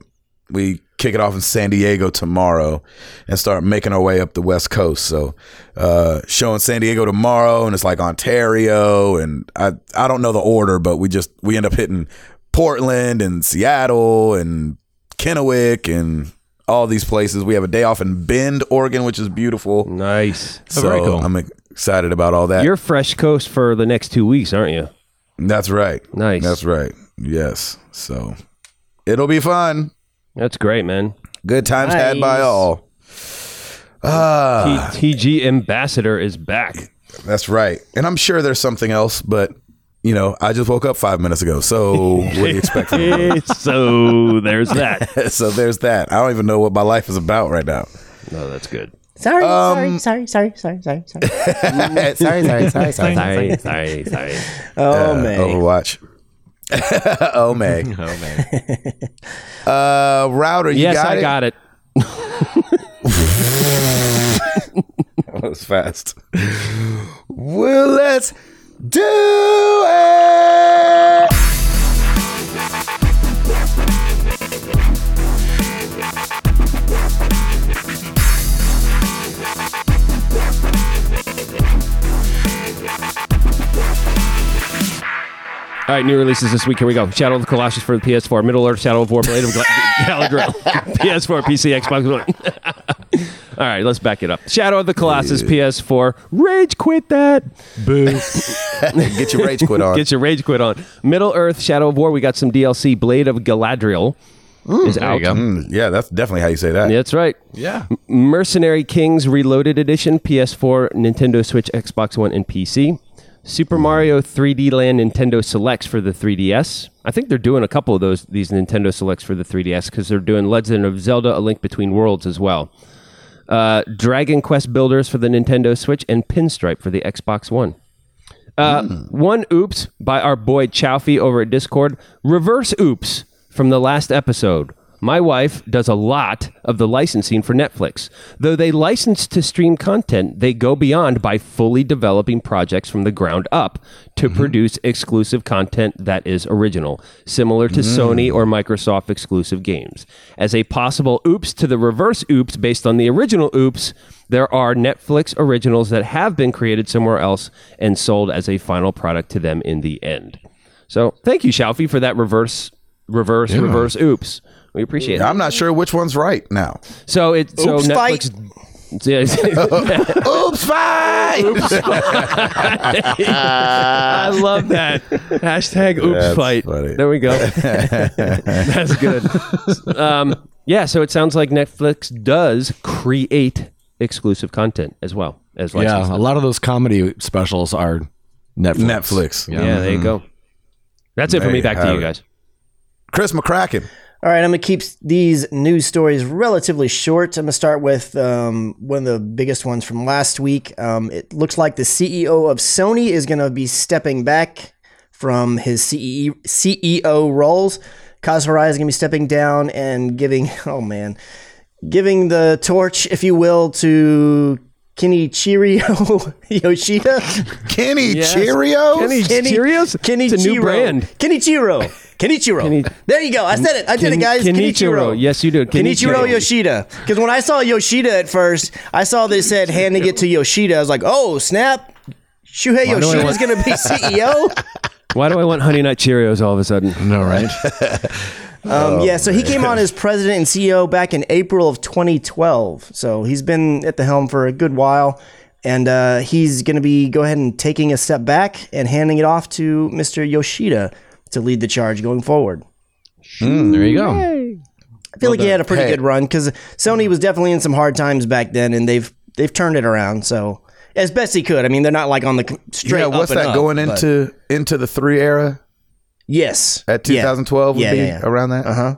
Speaker 1: we kick it off in San Diego tomorrow and start making our way up the West Coast. So uh, showing San Diego tomorrow and it's like Ontario and I I don't know the order, but we just we end up hitting Portland and Seattle and Kennewick and all these places. We have a day off in Bend, Oregon, which is beautiful.
Speaker 3: nice.
Speaker 1: So
Speaker 2: very cool.
Speaker 1: I'm excited about all that.
Speaker 3: You're fresh coast for the next two weeks, aren't you?
Speaker 1: That's right.
Speaker 3: Nice.
Speaker 1: That's right. Yes. So it'll be fun.
Speaker 3: That's great, man.
Speaker 1: Good times had by
Speaker 4: Nice.
Speaker 1: all. Ah,
Speaker 3: T- TG ambassador is back.
Speaker 1: that's right. And I'm sure there's something else, but you know, I just woke up five minutes ago. So what do you expect? From me?
Speaker 3: so there's that.
Speaker 1: so there's that. I don't even know what my life is about right now.
Speaker 3: No, that's good.
Speaker 5: Sorry,
Speaker 4: Um,
Speaker 5: sorry, sorry, sorry, sorry, sorry, sorry.
Speaker 1: Mm. sorry, sorry, sorry, sorry.
Speaker 3: Sorry, sorry, sorry.
Speaker 4: Oh man.
Speaker 1: Overwatch. oh man.
Speaker 2: Oh, man.
Speaker 1: Uh, router. You
Speaker 3: Yes,
Speaker 1: got
Speaker 3: I
Speaker 1: it?
Speaker 3: got it.
Speaker 1: That was fast. well, let's do it.
Speaker 3: All right, new releases this week. Here we go. Shadow of the Colossus for the PS4, Middle Earth, Shadow of War, Blade of Gla- Galadriel, PS4, PC, Xbox One. All right, let's back it up. Shadow of the Colossus, PS4. Rage quit that.
Speaker 1: Get your rage quit on.
Speaker 3: Get your rage quit on. Middle Earth, Shadow of War. We got some DLC. Blade of Galadriel is
Speaker 2: There
Speaker 3: out.
Speaker 2: you go.
Speaker 1: Mm, yeah, that's definitely how you say that.
Speaker 3: That's right.
Speaker 2: Yeah.
Speaker 3: Mercenary Kings Reloaded Edition, PS4, Nintendo Switch, Xbox One, and PC. Super Mario 3D Land Nintendo Selects for the 3DS. I think they're doing a couple of those these Nintendo Selects for the 3DS because they're doing Legend of Zelda: A Link Between Worlds as well. Uh, Dragon Quest Builders for the Nintendo Switch and Pinstripe for the Xbox One. Uh, One oops by our boy Chowfee over at Discord. Reverse oops from the last episode. My wife does a lot of the licensing for Netflix. Though they license to stream content, they go beyond by fully developing projects from the ground up to produce exclusive content that is original, similar to Sony or Microsoft exclusive games. As a possible oops to the reverse oops based on the original oops, there are Netflix originals that have been created somewhere else and sold as a final product to them in the end. So thank you, Shalfi, for that reverse, reverse, reverse oops. We appreciate it.
Speaker 1: I'm not sure which one's right now.
Speaker 3: So it so
Speaker 4: Oops,
Speaker 3: Netflix. Yeah.
Speaker 1: Oops, fight!
Speaker 3: I love that hashtag oops
Speaker 1: That's
Speaker 3: fight.
Speaker 1: funny.
Speaker 3: There we go. That's good. Um, yeah, so it sounds like Netflix does create exclusive content as well as licensed.
Speaker 2: Yeah. A lot of those comedy specials are Netflix.
Speaker 1: Netflix.
Speaker 3: Yeah, there you go. That's it for
Speaker 1: There
Speaker 3: me.
Speaker 1: you
Speaker 3: Back to
Speaker 1: have
Speaker 3: you
Speaker 1: it.
Speaker 3: guys.
Speaker 1: Chris McCracken.
Speaker 4: All right, I'm gonna keep these news stories relatively short. I'm gonna start with um, one of the biggest ones from last week. Um, it looks like the CEO of Sony is gonna be stepping back from his E CE- CEO roles. Kaz Hirai is gonna be stepping down and giving oh man, giving the torch, if you will, to Kenichiro Yoshida.
Speaker 1: Kenny
Speaker 3: Yes.
Speaker 1: Cheerios?
Speaker 3: Kenny Cheerios?
Speaker 4: Kenichiro.
Speaker 3: It's a new brand.
Speaker 4: Kenichiro. Kenichiro. there you go. I said it. I did
Speaker 3: Ken-
Speaker 4: it, guys.
Speaker 3: Kenichiro.
Speaker 4: Kenichiro.
Speaker 3: Yes, you did.
Speaker 4: Kenichiro,
Speaker 3: Kenichiro.
Speaker 4: Yoshida. Because when I saw Yoshida at first, I saw they said handing it to Yoshida. I was like, oh, snap. Shuhei
Speaker 3: do I
Speaker 4: Yoshida's
Speaker 3: want-
Speaker 4: going to be E CEO?
Speaker 3: Why do I want Honey Nut Cheerios all of a sudden?
Speaker 2: No, right?
Speaker 3: Oh,
Speaker 4: Um, yeah, so he came on as president E and CEO back in April of 2012. So he's been at the helm for a good while. And uh, he's going to be go ahead and taking a step back and handing it off to Mr. Yoshida to lead the charge going forward.
Speaker 2: Mm. there you go.
Speaker 4: I feel like he had a pretty
Speaker 1: Hey.
Speaker 4: good run because Sony was definitely in some hard times back then, and they've they've turned it around. So as best he could. I mean, they're not like on the c- straight.
Speaker 1: yeah,
Speaker 4: up
Speaker 1: what's
Speaker 4: and
Speaker 1: that
Speaker 4: up,
Speaker 1: going
Speaker 4: but-
Speaker 1: into into the three era
Speaker 4: Yes,
Speaker 1: at
Speaker 4: Yeah.
Speaker 1: 2012
Speaker 4: Yeah,
Speaker 1: would be
Speaker 4: yeah, yeah.
Speaker 1: around that?
Speaker 4: Uh-huh.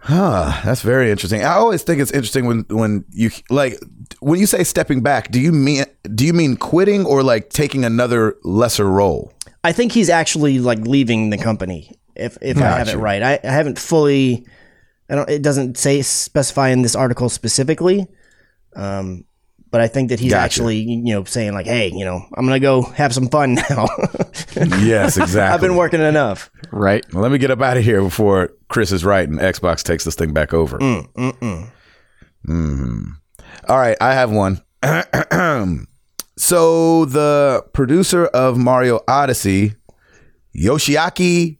Speaker 1: Huh, that's very interesting. I always think it's interesting when when you like when you say stepping back, do you mean do you mean quitting or like taking another lesser role?
Speaker 4: I think he's actually like leaving the company. If if I have it right, I, I haven't fully. I don't. It doesn't say specify in this article specifically, um, but I think that he's
Speaker 1: Gotcha.
Speaker 4: actually you know saying like, hey, you know, I'm gonna go have some fun now.
Speaker 1: Yes, exactly.
Speaker 4: I've been working enough.
Speaker 2: Right.
Speaker 1: Well, let me get up out of here before Chris is right and Xbox takes this thing back over. Mm, All right, I have one. so the producer of Mario Odyssey, Yoshiaki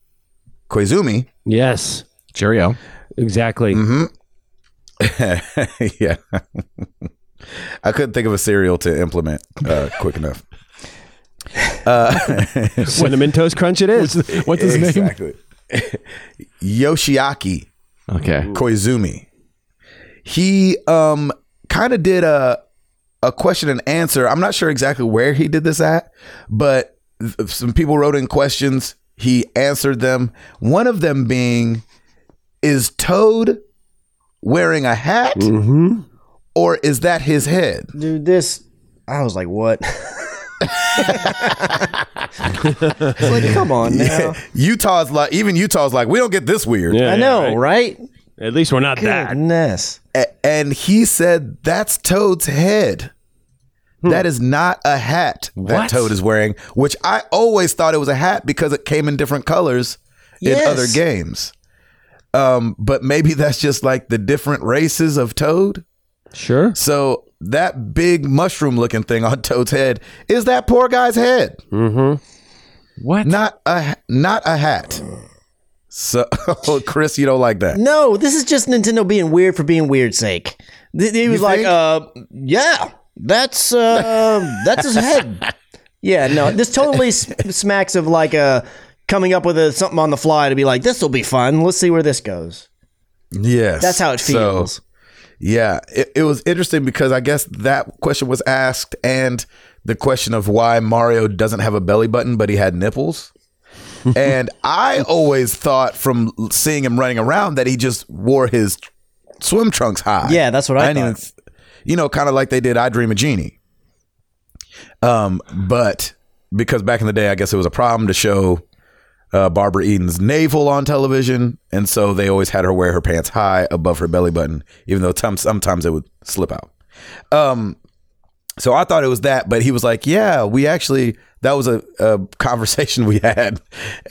Speaker 1: Koizumi,
Speaker 3: Yes,
Speaker 2: Cheerio.
Speaker 3: exactly.
Speaker 1: yeah. I couldn't think of a cereal to implement uh, quick enough.
Speaker 3: Cinnamon Toast Crunch it is.
Speaker 2: What's his name?
Speaker 1: exactly. Yoshiaki
Speaker 2: Okay.
Speaker 1: Koizumi. He um kind of did a a question and answer. I'm not sure exactly where he did this at, but th- some people wrote in questions. He answered them. One of them being, "Is Toad wearing a hat,
Speaker 3: Mm. Mm-hmm.
Speaker 1: or is that his head?"
Speaker 4: Dude, this. I was like, what? It's like, come on now.
Speaker 1: Utah's like, even Utah's like, we don't get this weird.
Speaker 3: Yeah,
Speaker 4: I know,
Speaker 3: yeah,
Speaker 4: right?
Speaker 3: At least we're not that.
Speaker 4: Goodness.
Speaker 1: A- and he said that's Toad's head. That is not a hat that
Speaker 3: What?
Speaker 1: Toad is wearing, which I always thought it was a hat because it came in different colors
Speaker 4: Yes.
Speaker 1: in other games. Um, but maybe that's just like the different races of Toad.
Speaker 3: Sure.
Speaker 1: So that big mushroom looking thing on Toad's head is that poor guy's head,
Speaker 2: What?
Speaker 1: not a not a hat. So Chris, you don't like that.
Speaker 4: No, this is just Nintendo being weird for being weird's sake. Th- He was like,
Speaker 1: think?
Speaker 4: uh, yeah, that's uh, that's his head. Yeah, no, this totally s- smacks of like uh, coming up with a, something on the fly to be like, this will be fun. Let's see where this goes.
Speaker 1: Yes,
Speaker 4: That's how it
Speaker 1: So-
Speaker 4: feels.
Speaker 1: Yeah, it, it was interesting because I guess that question was asked, and the question of why Mario doesn't have a belly button, but he had nipples. and I always thought from l- seeing him running around that he just wore his swim trunks high.
Speaker 4: Yeah, that's what I
Speaker 1: didn't
Speaker 4: thought.
Speaker 1: th- you know, kind of like they did I Dream a Genie. Um, but because back in the day, I guess it was a problem to show uh, Barbara Eden's navel on television, and so they always had her wear her pants high above her belly button, even though tom- sometimes it would slip out. Um, so I thought it was that, but he was like, "Yeah, we actually that was a, a conversation we had,"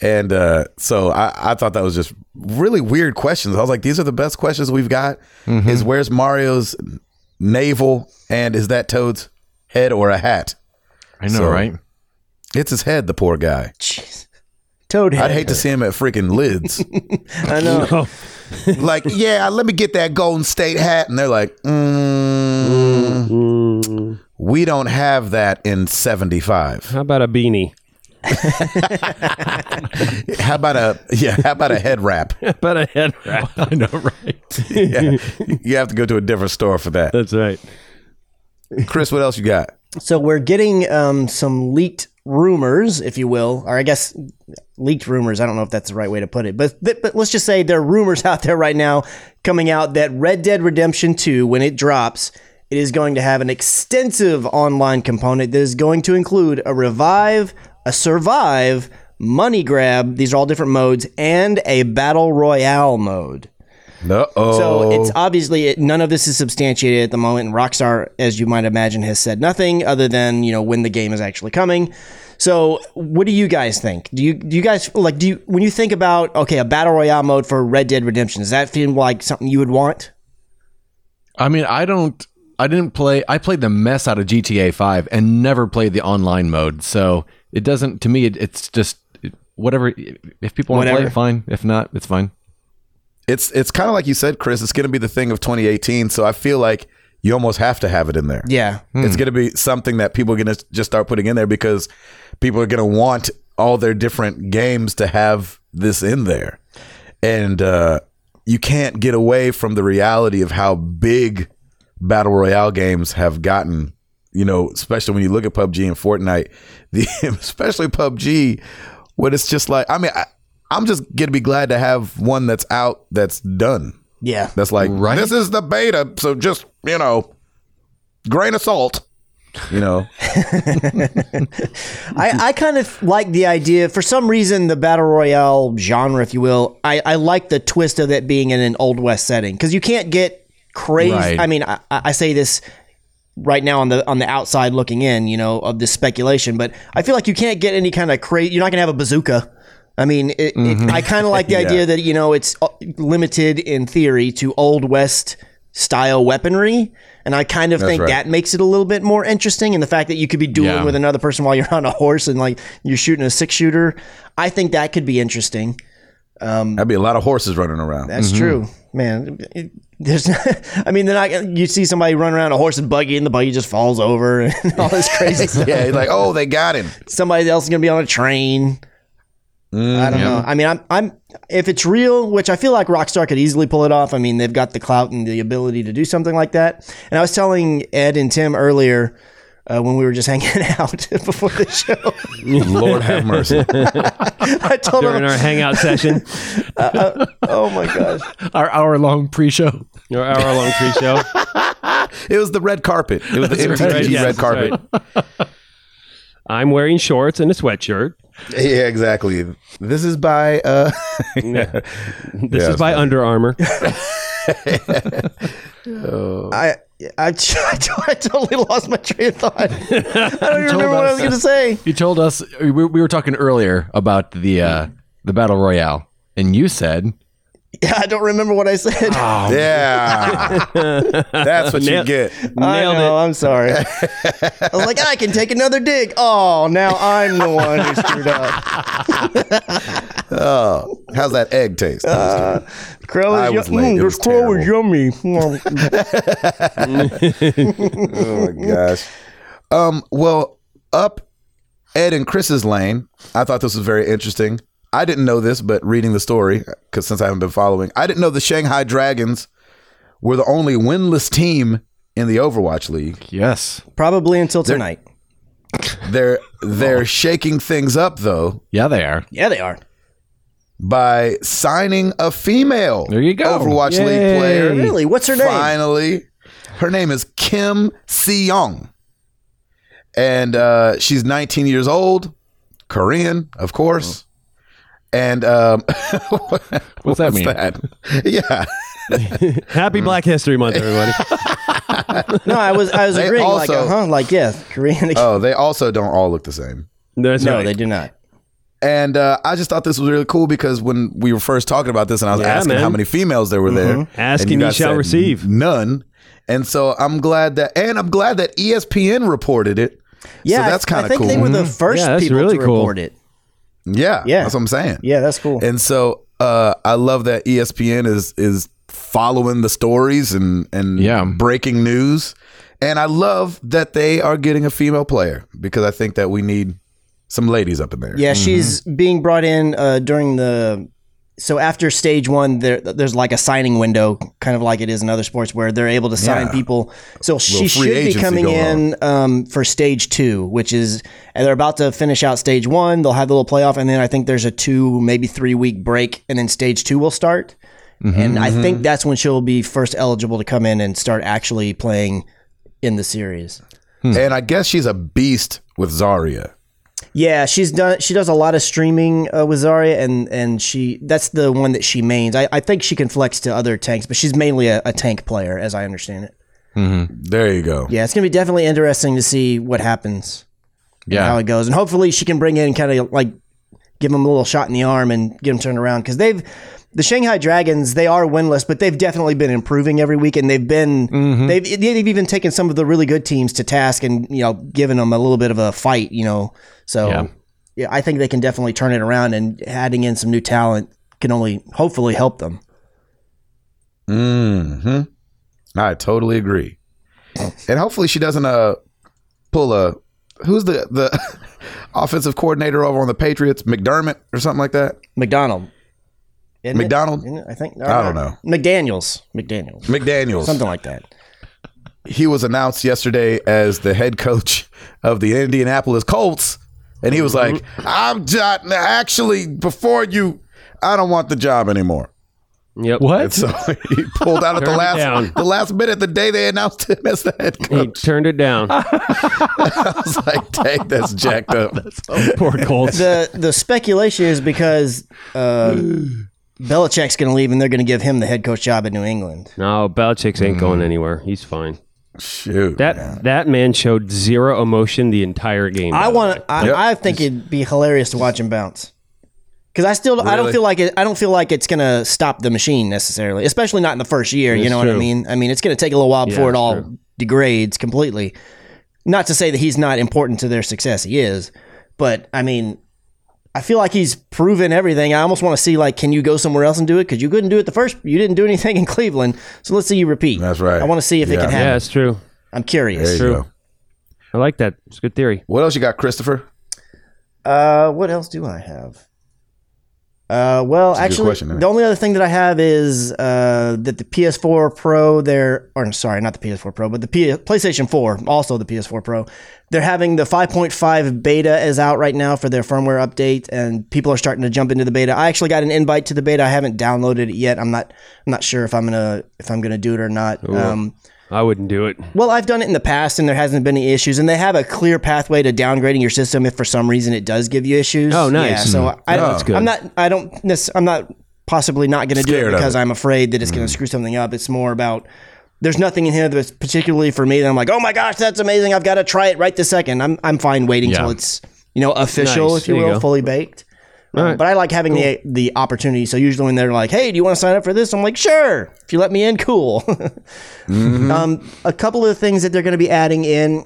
Speaker 1: and uh, so I, I thought that was just really weird questions. I was like, "These are the best questions we've got." Is where's Mario's navel, and is that Toad's head or a hat?
Speaker 2: I know,
Speaker 1: So-
Speaker 2: right?
Speaker 1: It's his head, the poor guy.
Speaker 4: Jeez. Toadhead.
Speaker 1: I'd hate to see him at freaking lids.
Speaker 4: I know.
Speaker 1: like, yeah, let me get that Golden State hat. And they're like, mm,
Speaker 4: Mm-hmm.
Speaker 1: we don't have that in 75.
Speaker 3: How about a beanie?
Speaker 1: How about a, yeah, how about a head wrap?
Speaker 3: How about a head wrap?
Speaker 2: I know, right?
Speaker 1: Yeah. You have to go to a different store for that.
Speaker 3: That's right.
Speaker 1: Chris, what else you got?
Speaker 4: So we're getting um, some leaked rumors, if you will, or I guess leaked rumors. I don't know if that's the right way to put it, but but, but let's just say there are rumors out there right now coming out that Red Dead Redemption 2, when it drops, it is going to have an extensive online component that is going to include a revive, a survive, money grab. These are all different modes, and a battle royale mode.
Speaker 1: Uh-oh.
Speaker 4: So it's obviously it, none of this is substantiated at the moment. And Rockstar, as you might imagine, has said nothing other than you know when the game is actually coming. So what do you guys think? Do you do you guys like do you when you think about okay a battle royale mode for Red Dead Redemption? Does that feel like something you would want?
Speaker 2: I mean, I don't. I didn't play. I played the mess out of GTA Five and never played the online mode. So it doesn't. To me, it, it's just whatever. If people want to play
Speaker 4: Whatever.
Speaker 2: it, fine. If not, it's fine.
Speaker 1: it's it's kind of like you said, Chris. It's going to be the thing of 2018. So I feel like you almost have to have it in there.
Speaker 4: Yeah.
Speaker 1: It's going to be something that people are going to just start putting in there because people are going to want all their different games to have this in there. And uh, you can't get away from the reality of how big battle royale games have gotten. You know, especially when you look at PUBG and Fortnite, the especially PUBG, when it's just like, I mean, I, I'm just going to be glad to have one that's out that's done.
Speaker 4: Yeah.
Speaker 1: That's like this is the beta, so just you know, grain of salt. You know,
Speaker 4: I, I kind of like the idea. For some reason, the battle royale genre, if you will, I, I like the twist of it being in an old west setting because you can't get crazy.
Speaker 2: Right.
Speaker 4: I mean, I, I say this right now on the on the outside looking in, you know, of this speculation, but I feel like you can't get any kind of crazy. You're not gonna have a bazooka. I mean, it, it, I kind of like the idea that you know it's uh, limited in theory to old west style weaponry, and I kind of think
Speaker 1: right.
Speaker 4: that makes it a little bit more interesting. And the fact that you could be dueling
Speaker 2: Yeah.
Speaker 4: with another person while you're on a horse and like you're shooting a six shooter, I think that could be interesting.
Speaker 1: that'd be a lot of horses running around.
Speaker 4: That's true, man. It- there's, I mean, then I you see somebody run around a horse and buggy, and the buggy just falls over and all this crazy stuff.
Speaker 1: yeah, he's like, oh, they got him.
Speaker 4: somebody else is going to be on a train. I don't know. I mean, I'm, I'm, if it's real, which I feel like Rockstar could easily pull it off. I mean, they've got the clout and the ability to do something like that. And I was telling Ed and Tim earlier uh, when we were just hanging out before the show.
Speaker 1: Lord have mercy.
Speaker 4: I told
Speaker 3: during
Speaker 4: them,
Speaker 3: our hangout session,
Speaker 4: oh my gosh,
Speaker 2: Our hour long pre show.
Speaker 3: your hour long pre show.
Speaker 1: It was the red carpet. It was the
Speaker 3: That's
Speaker 1: MTG
Speaker 3: right, yes,
Speaker 1: red
Speaker 3: that's
Speaker 1: carpet.
Speaker 3: I'm wearing shorts and a sweatshirt.
Speaker 1: Yeah, exactly. This is by uh
Speaker 3: This
Speaker 1: Yeah,
Speaker 3: is by
Speaker 1: it's
Speaker 3: Under Armour.
Speaker 4: I, I, I totally lost my train of thought. I don't even remember what I was going to say.
Speaker 2: You told us we, we were talking earlier about the uh, the battle royale, and you said
Speaker 4: Yeah, I don't remember what I said.
Speaker 1: yeah. That's what you
Speaker 3: Nailed-
Speaker 1: get.
Speaker 4: I
Speaker 3: Nailed
Speaker 4: know,
Speaker 3: it.
Speaker 4: I'm sorry. I was like, I can take another dig. Oh, now I'm the one who screwed up.
Speaker 1: Oh, how's that egg taste?
Speaker 4: Crow
Speaker 1: I
Speaker 4: is
Speaker 1: was late. It
Speaker 4: the
Speaker 1: was
Speaker 4: crow is
Speaker 1: terrible.
Speaker 4: yummy. Mm.
Speaker 1: oh my gosh. Um, well, up Ed and Chris's lane. I thought this was very interesting. I didn't know this, but reading the story, because since I haven't been following, I didn't know the Shanghai Dragons were the only winless team in the Overwatch League.
Speaker 2: yes,
Speaker 4: Probably until tonight.
Speaker 1: They're they're shaking things up though
Speaker 2: yeah, they are.
Speaker 4: yeah, they are.
Speaker 1: by signing a female
Speaker 2: There you go.
Speaker 1: Overwatch
Speaker 2: Yay.
Speaker 1: League player.
Speaker 4: Really? What's her name?
Speaker 1: Finally, her name is Kim Si Young, and uh, she's 19 years old, Korean, of course. And um,
Speaker 2: What's that mean?
Speaker 1: that, yeah,
Speaker 3: Happy Black History Month, everybody.
Speaker 4: No, I was I was
Speaker 1: They
Speaker 4: agreeing like,
Speaker 1: also-
Speaker 4: uh, huh, like yeah, Korean.
Speaker 1: oh, they also don't all look the same.
Speaker 3: That's
Speaker 4: no,
Speaker 3: right.
Speaker 4: they do not.
Speaker 1: And uh, I just thought this was really cool because when we were first talking about this, and I was
Speaker 3: Yeah,
Speaker 1: asking
Speaker 3: man.
Speaker 1: how many females there were there,
Speaker 3: Ask
Speaker 1: and
Speaker 3: and ye
Speaker 1: guys
Speaker 3: shall
Speaker 1: said
Speaker 3: receive.
Speaker 1: none. And so I'm glad that, and I'm glad that E ESPN reported it.
Speaker 4: Yeah,
Speaker 1: so that's
Speaker 4: I-
Speaker 1: kind
Speaker 4: I
Speaker 1: of
Speaker 4: think
Speaker 1: cool.
Speaker 4: they were the first
Speaker 3: Yeah, that's
Speaker 4: people
Speaker 3: really
Speaker 4: to
Speaker 3: cool.
Speaker 4: report it.
Speaker 1: yeah,
Speaker 4: Yeah.
Speaker 1: that's what I'm saying.
Speaker 4: Yeah, that's cool.
Speaker 1: And so uh, I love that ESPN is is following the stories and and
Speaker 2: Yeah.
Speaker 1: breaking news. And I love that they are getting a female player because I think that we need some ladies up in there.
Speaker 4: Yeah, she's being brought in uh, during the. So after stage one, there there's like a signing window, kind of like it is in other sports, where they're able to sign
Speaker 1: Yeah.
Speaker 4: people. So she
Speaker 1: free
Speaker 4: should be
Speaker 1: agency
Speaker 4: coming
Speaker 1: going
Speaker 4: in um, for stage two, which is and they're about to finish out stage one. They'll have the little playoff, and then I think there's a two, maybe three week break, and then stage two will start.
Speaker 1: Mm-hmm,
Speaker 4: and I think that's when she'll be first eligible to come in and start actually playing in the series.
Speaker 1: And I guess she's a beast with Zarya.
Speaker 4: Yeah, she's done. She does a lot of streaming uh, with Zarya, and and she that's the one that she mains. I, I think she can flex to other tanks, but she's mainly a, a tank player, as I understand it.
Speaker 1: There you go.
Speaker 4: Yeah, it's gonna be definitely interesting to see what happens, how
Speaker 2: Yeah,
Speaker 4: it goes, and hopefully she can bring in kind of like give them a little shot in the arm and get them turned around because they've the Shanghai Dragons they are winless, but they've definitely been improving every week, and they've been
Speaker 1: Mm-hmm.
Speaker 4: they've they've even taken some of the really good teams to task and you know given them a little bit of a fight, you know. So
Speaker 2: Yeah.
Speaker 4: yeah, I think they can definitely turn it around, and adding in some new talent can only hopefully help them.
Speaker 1: Mm-hmm. I totally agree. and hopefully she doesn't uh pull a who's the the offensive coordinator over on the Patriots, McDermott or something like that.
Speaker 4: McDonald. Isn't it?
Speaker 1: McDonald?
Speaker 4: Isn't it? I think. uh,
Speaker 1: I don't know.
Speaker 4: McDaniel's. McDaniel's.
Speaker 1: McDaniel's.
Speaker 4: Something like that.
Speaker 1: he was announced yesterday as the head coach of the Indianapolis Colts, and he was like, "I'm not actually before you. I don't want the job anymore."
Speaker 3: Yep.
Speaker 1: And
Speaker 2: What?
Speaker 1: so he pulled out at the
Speaker 3: Turn it
Speaker 1: last
Speaker 3: down.
Speaker 1: the last minute the day they announced him as the head coach.
Speaker 3: He turned it down.
Speaker 1: I was like, "Dang, that's jacked up."
Speaker 3: Poor Colts.
Speaker 4: the the speculation is because uh, Belichick's going to leave and they're going to give him the head coach job at New England.
Speaker 3: No, Belichick's ain't
Speaker 4: Mm.
Speaker 3: going anywhere. He's fine.
Speaker 1: Shoot,
Speaker 3: That that man showed zero emotion the entire game. by
Speaker 4: I
Speaker 3: the
Speaker 4: want.
Speaker 3: way.
Speaker 4: I,
Speaker 1: Yep.
Speaker 4: I think it'd be hilarious to watch him bounce. Because I still, I don't
Speaker 1: Really?
Speaker 4: feel like it. I don't feel like it's going to stop the machine necessarily, especially not in the first year. you
Speaker 3: It's
Speaker 4: know what I
Speaker 3: true.
Speaker 4: mean? I mean, it's going to take a little while before it
Speaker 3: it's
Speaker 4: all
Speaker 3: true.
Speaker 4: degrades completely. Not to say that he's not important to their success. He is, but I mean. I feel like he's proven everything. I almost want to see like, can you go somewhere else and do it? Because you couldn't do it the first. You didn't do anything in Cleveland, so let's see you repeat.
Speaker 1: That's right.
Speaker 4: I want to see if it
Speaker 1: Yeah.
Speaker 4: can
Speaker 3: Yeah,
Speaker 4: happen.
Speaker 3: it's true.
Speaker 4: I'm
Speaker 1: there you
Speaker 4: curious.
Speaker 1: go.
Speaker 3: I like that. It's a good theory.
Speaker 1: What else you got, Christopher?
Speaker 4: Uh, what else do I have? Uh, well,
Speaker 1: a good
Speaker 4: actually,
Speaker 1: question, isn't it?
Speaker 4: the only other thing that I have is uh, that the PS4 Pro, they're or sorry, not the PS4 Pro, but the P- PlayStation 4, also the PS4 Pro, they're having the 5.5 beta is out right now for their firmware update, and people are starting to jump into the beta. I actually got an invite to the beta. I haven't downloaded it yet. I'm not I'm not sure if I'm gonna if I'm gonna do it or not. Um,
Speaker 3: I wouldn't do it.
Speaker 4: well, I've done it in the past, and there hasn't been any issues. And they have a clear pathway to downgrading your system if, for some reason, it does give you issues.
Speaker 3: Oh, nice.
Speaker 4: Yeah, so I,
Speaker 1: Mm-hmm. that's good.
Speaker 4: I'm not. I don't. necess- I'm not possibly not going to do
Speaker 1: Scared
Speaker 4: it
Speaker 1: of
Speaker 4: because
Speaker 1: it. Mm-hmm.
Speaker 4: I'm afraid that it's going to screw something up. It's more about there's nothing in here that's particularly for me that I'm like, oh my gosh, that's amazing. I've got to try it right this second. I'm I'm fine waiting till
Speaker 2: Yeah.
Speaker 4: it's you know official,
Speaker 3: Nice.
Speaker 4: if you
Speaker 3: There you
Speaker 4: will,
Speaker 3: go.
Speaker 4: fully baked. Um,
Speaker 3: right.
Speaker 4: But I like having the the opportunity. So usually when they're like, "Hey, do you want to sign up for this?" I'm like, "Sure." If you let me in, cool.
Speaker 3: Mm-hmm.
Speaker 4: Um, a couple of the things that they're going to be adding in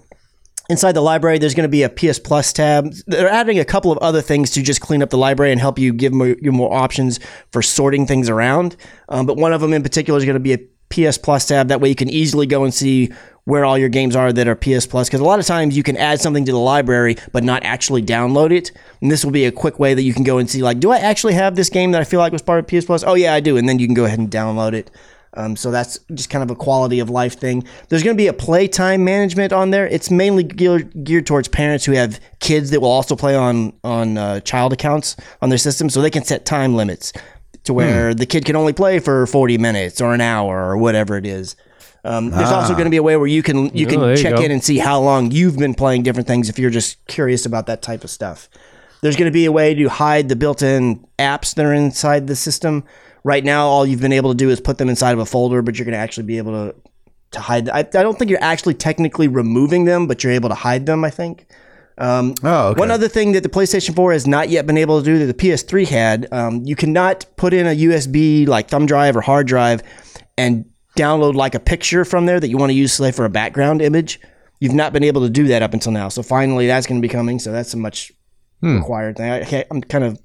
Speaker 4: inside the library, there's going to be a PS Plus tab. They're adding a couple of other things to just clean up the library and help you give more, you more options for sorting things around. Um, but one of them in particular is going to be a PS Plus tab. That way you can easily go and see where all your games are that are PS Plus. Because a lot of times you can add something to the library but not actually download it. And this will be a quick way that you can go and see, like, do I actually have this game that I feel like was part of PS Plus? Oh, yeah, I do. And then you can go ahead and download it. Um, so that's just kind of a quality of life thing. There's going to be a playtime management on there. It's mainly geared, geared towards parents who have kids that will also play on on uh, child accounts on their system, so they can set time limits to
Speaker 3: Hmm.
Speaker 4: where the kid can only play for 40 minutes or an hour or whatever it is. Um, there's also going to be a way where you can you can
Speaker 3: Ah. Oh, there you
Speaker 4: check
Speaker 3: go.
Speaker 4: in and see how long you've been playing different things if you're just curious about that type of stuff. There's going to be a way to hide the built-in apps that are inside the system. Right now, all you've been able to do is put them inside of a folder, but you're going to actually be able to to hide. I, I don't think you're actually technically removing them, but you're able to hide them. I think.
Speaker 1: Oh, okay.
Speaker 4: One other thing that the PlayStation 4 has not yet been able to do that the PS3 had, um, you cannot put in a USB like thumb drive or hard drive and download like a picture from there that you want to use, say, for a background image. You've not been able to do that up until now. So finally, that's going to be coming. So that's a much required thing. I can't, I'm kind of.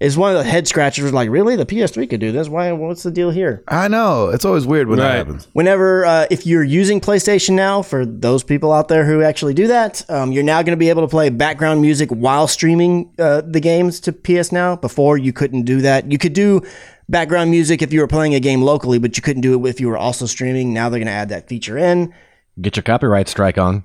Speaker 4: It's one of the head scratchers. Like, really, the PS3 could do this? Why? What's the deal here?
Speaker 1: I know it's always weird when that
Speaker 3: Right.
Speaker 1: happens.
Speaker 4: whenever uh, if you're using PlayStation now, for those people out there who actually do that, um, you're now going to be able to play background music while streaming uh, the games to PS Now. Before you couldn't do that. You could do background music if you were playing a game locally, but you couldn't do it if you were also streaming. Now they're going to add that feature in.
Speaker 2: Get your copyright strike on.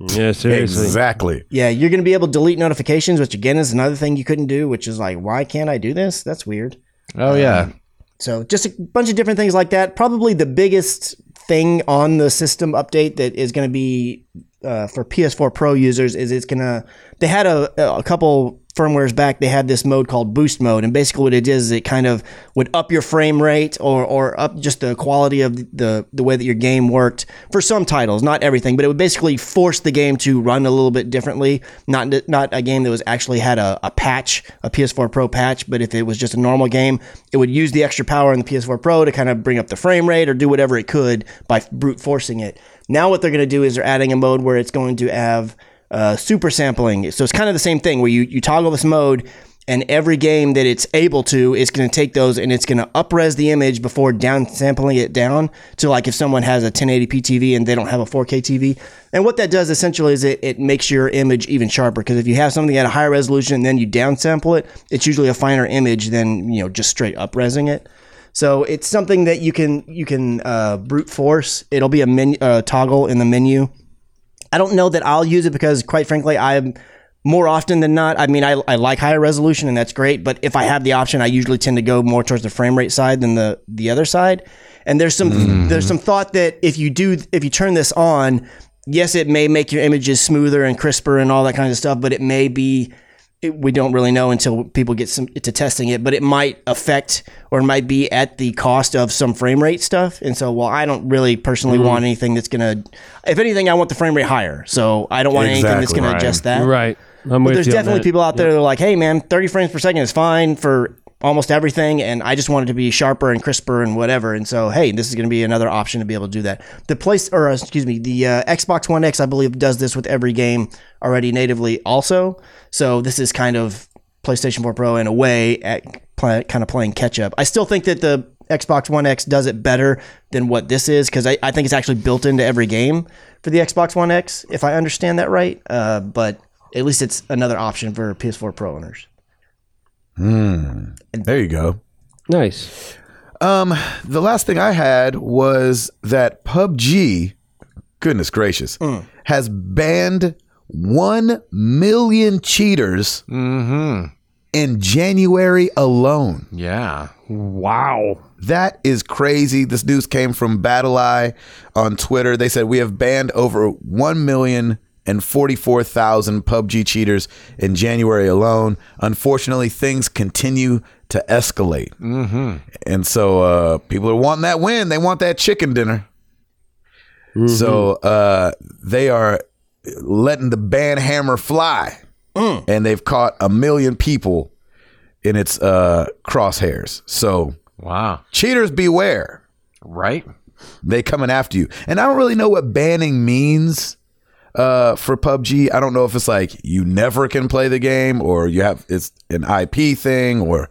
Speaker 3: Yeah, seriously.
Speaker 1: Exactly.
Speaker 4: Yeah, you're going to be able to delete notifications, which again is another thing you couldn't do. Which is like, why can't I do this? That's weird.
Speaker 2: Oh yeah.
Speaker 4: So just a bunch of different things like that. Probably the biggest thing on the system update that is going to be uh, for PS4 Pro users is it's going to. They had a, a couple firmwares back. They had this mode called Boost Mode, and basically what it is, is it kind of would up your frame rate or or up just the quality of the the way that your game worked for some titles, not everything, but it would basically force the game to run a little bit differently. Not not a game that was actually had a, a patch, a PS4 Pro patch, but if it was just a normal game, it would use the extra power in the PS4 Pro to kind of bring up the frame rate or do whatever it could by brute forcing it. Now what they're going to do is they're adding a mode where it's going to have uh, super sampling. So it's kind of the same thing where you, you toggle this mode And every game that it's able to, it's going to take those and it's going to upres the image before downsampling it down to like if someone has a 1080p TV and they don't have a 4K TV. And what that does essentially is it, it makes your image even sharper because if you have something at a higher resolution and then you downsample it, it's usually a finer image than you know just straight upresing it. So it's something that you can you can uh, brute force. It'll be a menu, uh, toggle in the menu. I don't know that I'll use it because, quite frankly, I'm more often than not. I mean, I, I like higher resolution and that's great, but if I have the option, I usually tend to go more towards the frame rate side than the the other side. And there's some there's some thought that if you do if you turn this on, yes, it may make your images smoother and crisper and all that kind of stuff, but it may be it, we don't really know until people get some to testing it, but it might affect or it might be at the cost of some frame rate stuff. And so, well, I don't really personally want anything that's gonna. If anything, I want the frame rate higher. So I don't want anything that's
Speaker 1: Exactly.
Speaker 4: gonna adjust that.
Speaker 3: Right. I'm
Speaker 4: But
Speaker 3: with
Speaker 4: there's
Speaker 3: you on
Speaker 4: definitely
Speaker 3: that.
Speaker 4: people out there that are like, hey, man, 30 frames per second is fine for almost everything. And I just want it to be sharper and crisper and whatever. And so, hey, this is going to be another option to be able to do that. The place, or uh, excuse me, the uh, Xbox One X, I believe, does this with every game already natively also. So this is kind of PlayStation 4 Pro in a way at play, kind of playing catch up. I still think that the Xbox One X does it better than what this is because I, I think it's actually built into every game for the Xbox One X, if I understand that right. Uh, but at least it's another option for PS4 Pro owners.
Speaker 1: There you go.
Speaker 3: Nice.
Speaker 1: Um, the last thing I had was that PUBG, goodness gracious, has banned one million cheaters in January alone.
Speaker 2: Yeah.
Speaker 1: That is crazy. This news came from Battle Eye on Twitter. They said we have banned over 1 million and 44,000 PUBG cheaters in January alone. Unfortunately, things continue to escalate. Mm-hmm. And so uh, people are wanting that win. They want that chicken dinner. So uh, they are letting the ban hammer fly. And they've caught a million people in its uh, crosshairs. So
Speaker 2: Wow.
Speaker 1: cheaters beware
Speaker 2: Right?
Speaker 1: they coming after you and i don't really know what banning means uh for pubg i don't know if it's like you never can play the game or you have it's an ip thing or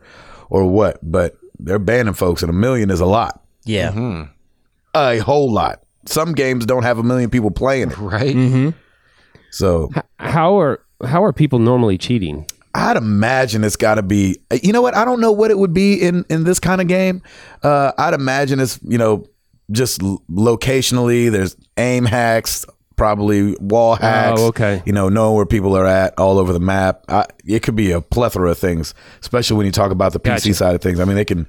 Speaker 1: or what but they're banning folks and a million is a lot
Speaker 4: Yeah.
Speaker 1: Mm-hmm. a whole lot some games don't have a million people playing it
Speaker 2: Right?
Speaker 1: so
Speaker 3: How are how are people normally cheating?
Speaker 1: I'd imagine it's got to be. You know what? I don't know what it would be in in this kind of game. Uh, I'd imagine it's you know just l- locationally. There's aim hacks, probably wall hacks.
Speaker 3: okay.
Speaker 1: You know, knowing where people are at all over the map. I, it could be a plethora of things, especially when you talk about the PC side of things. I mean, they can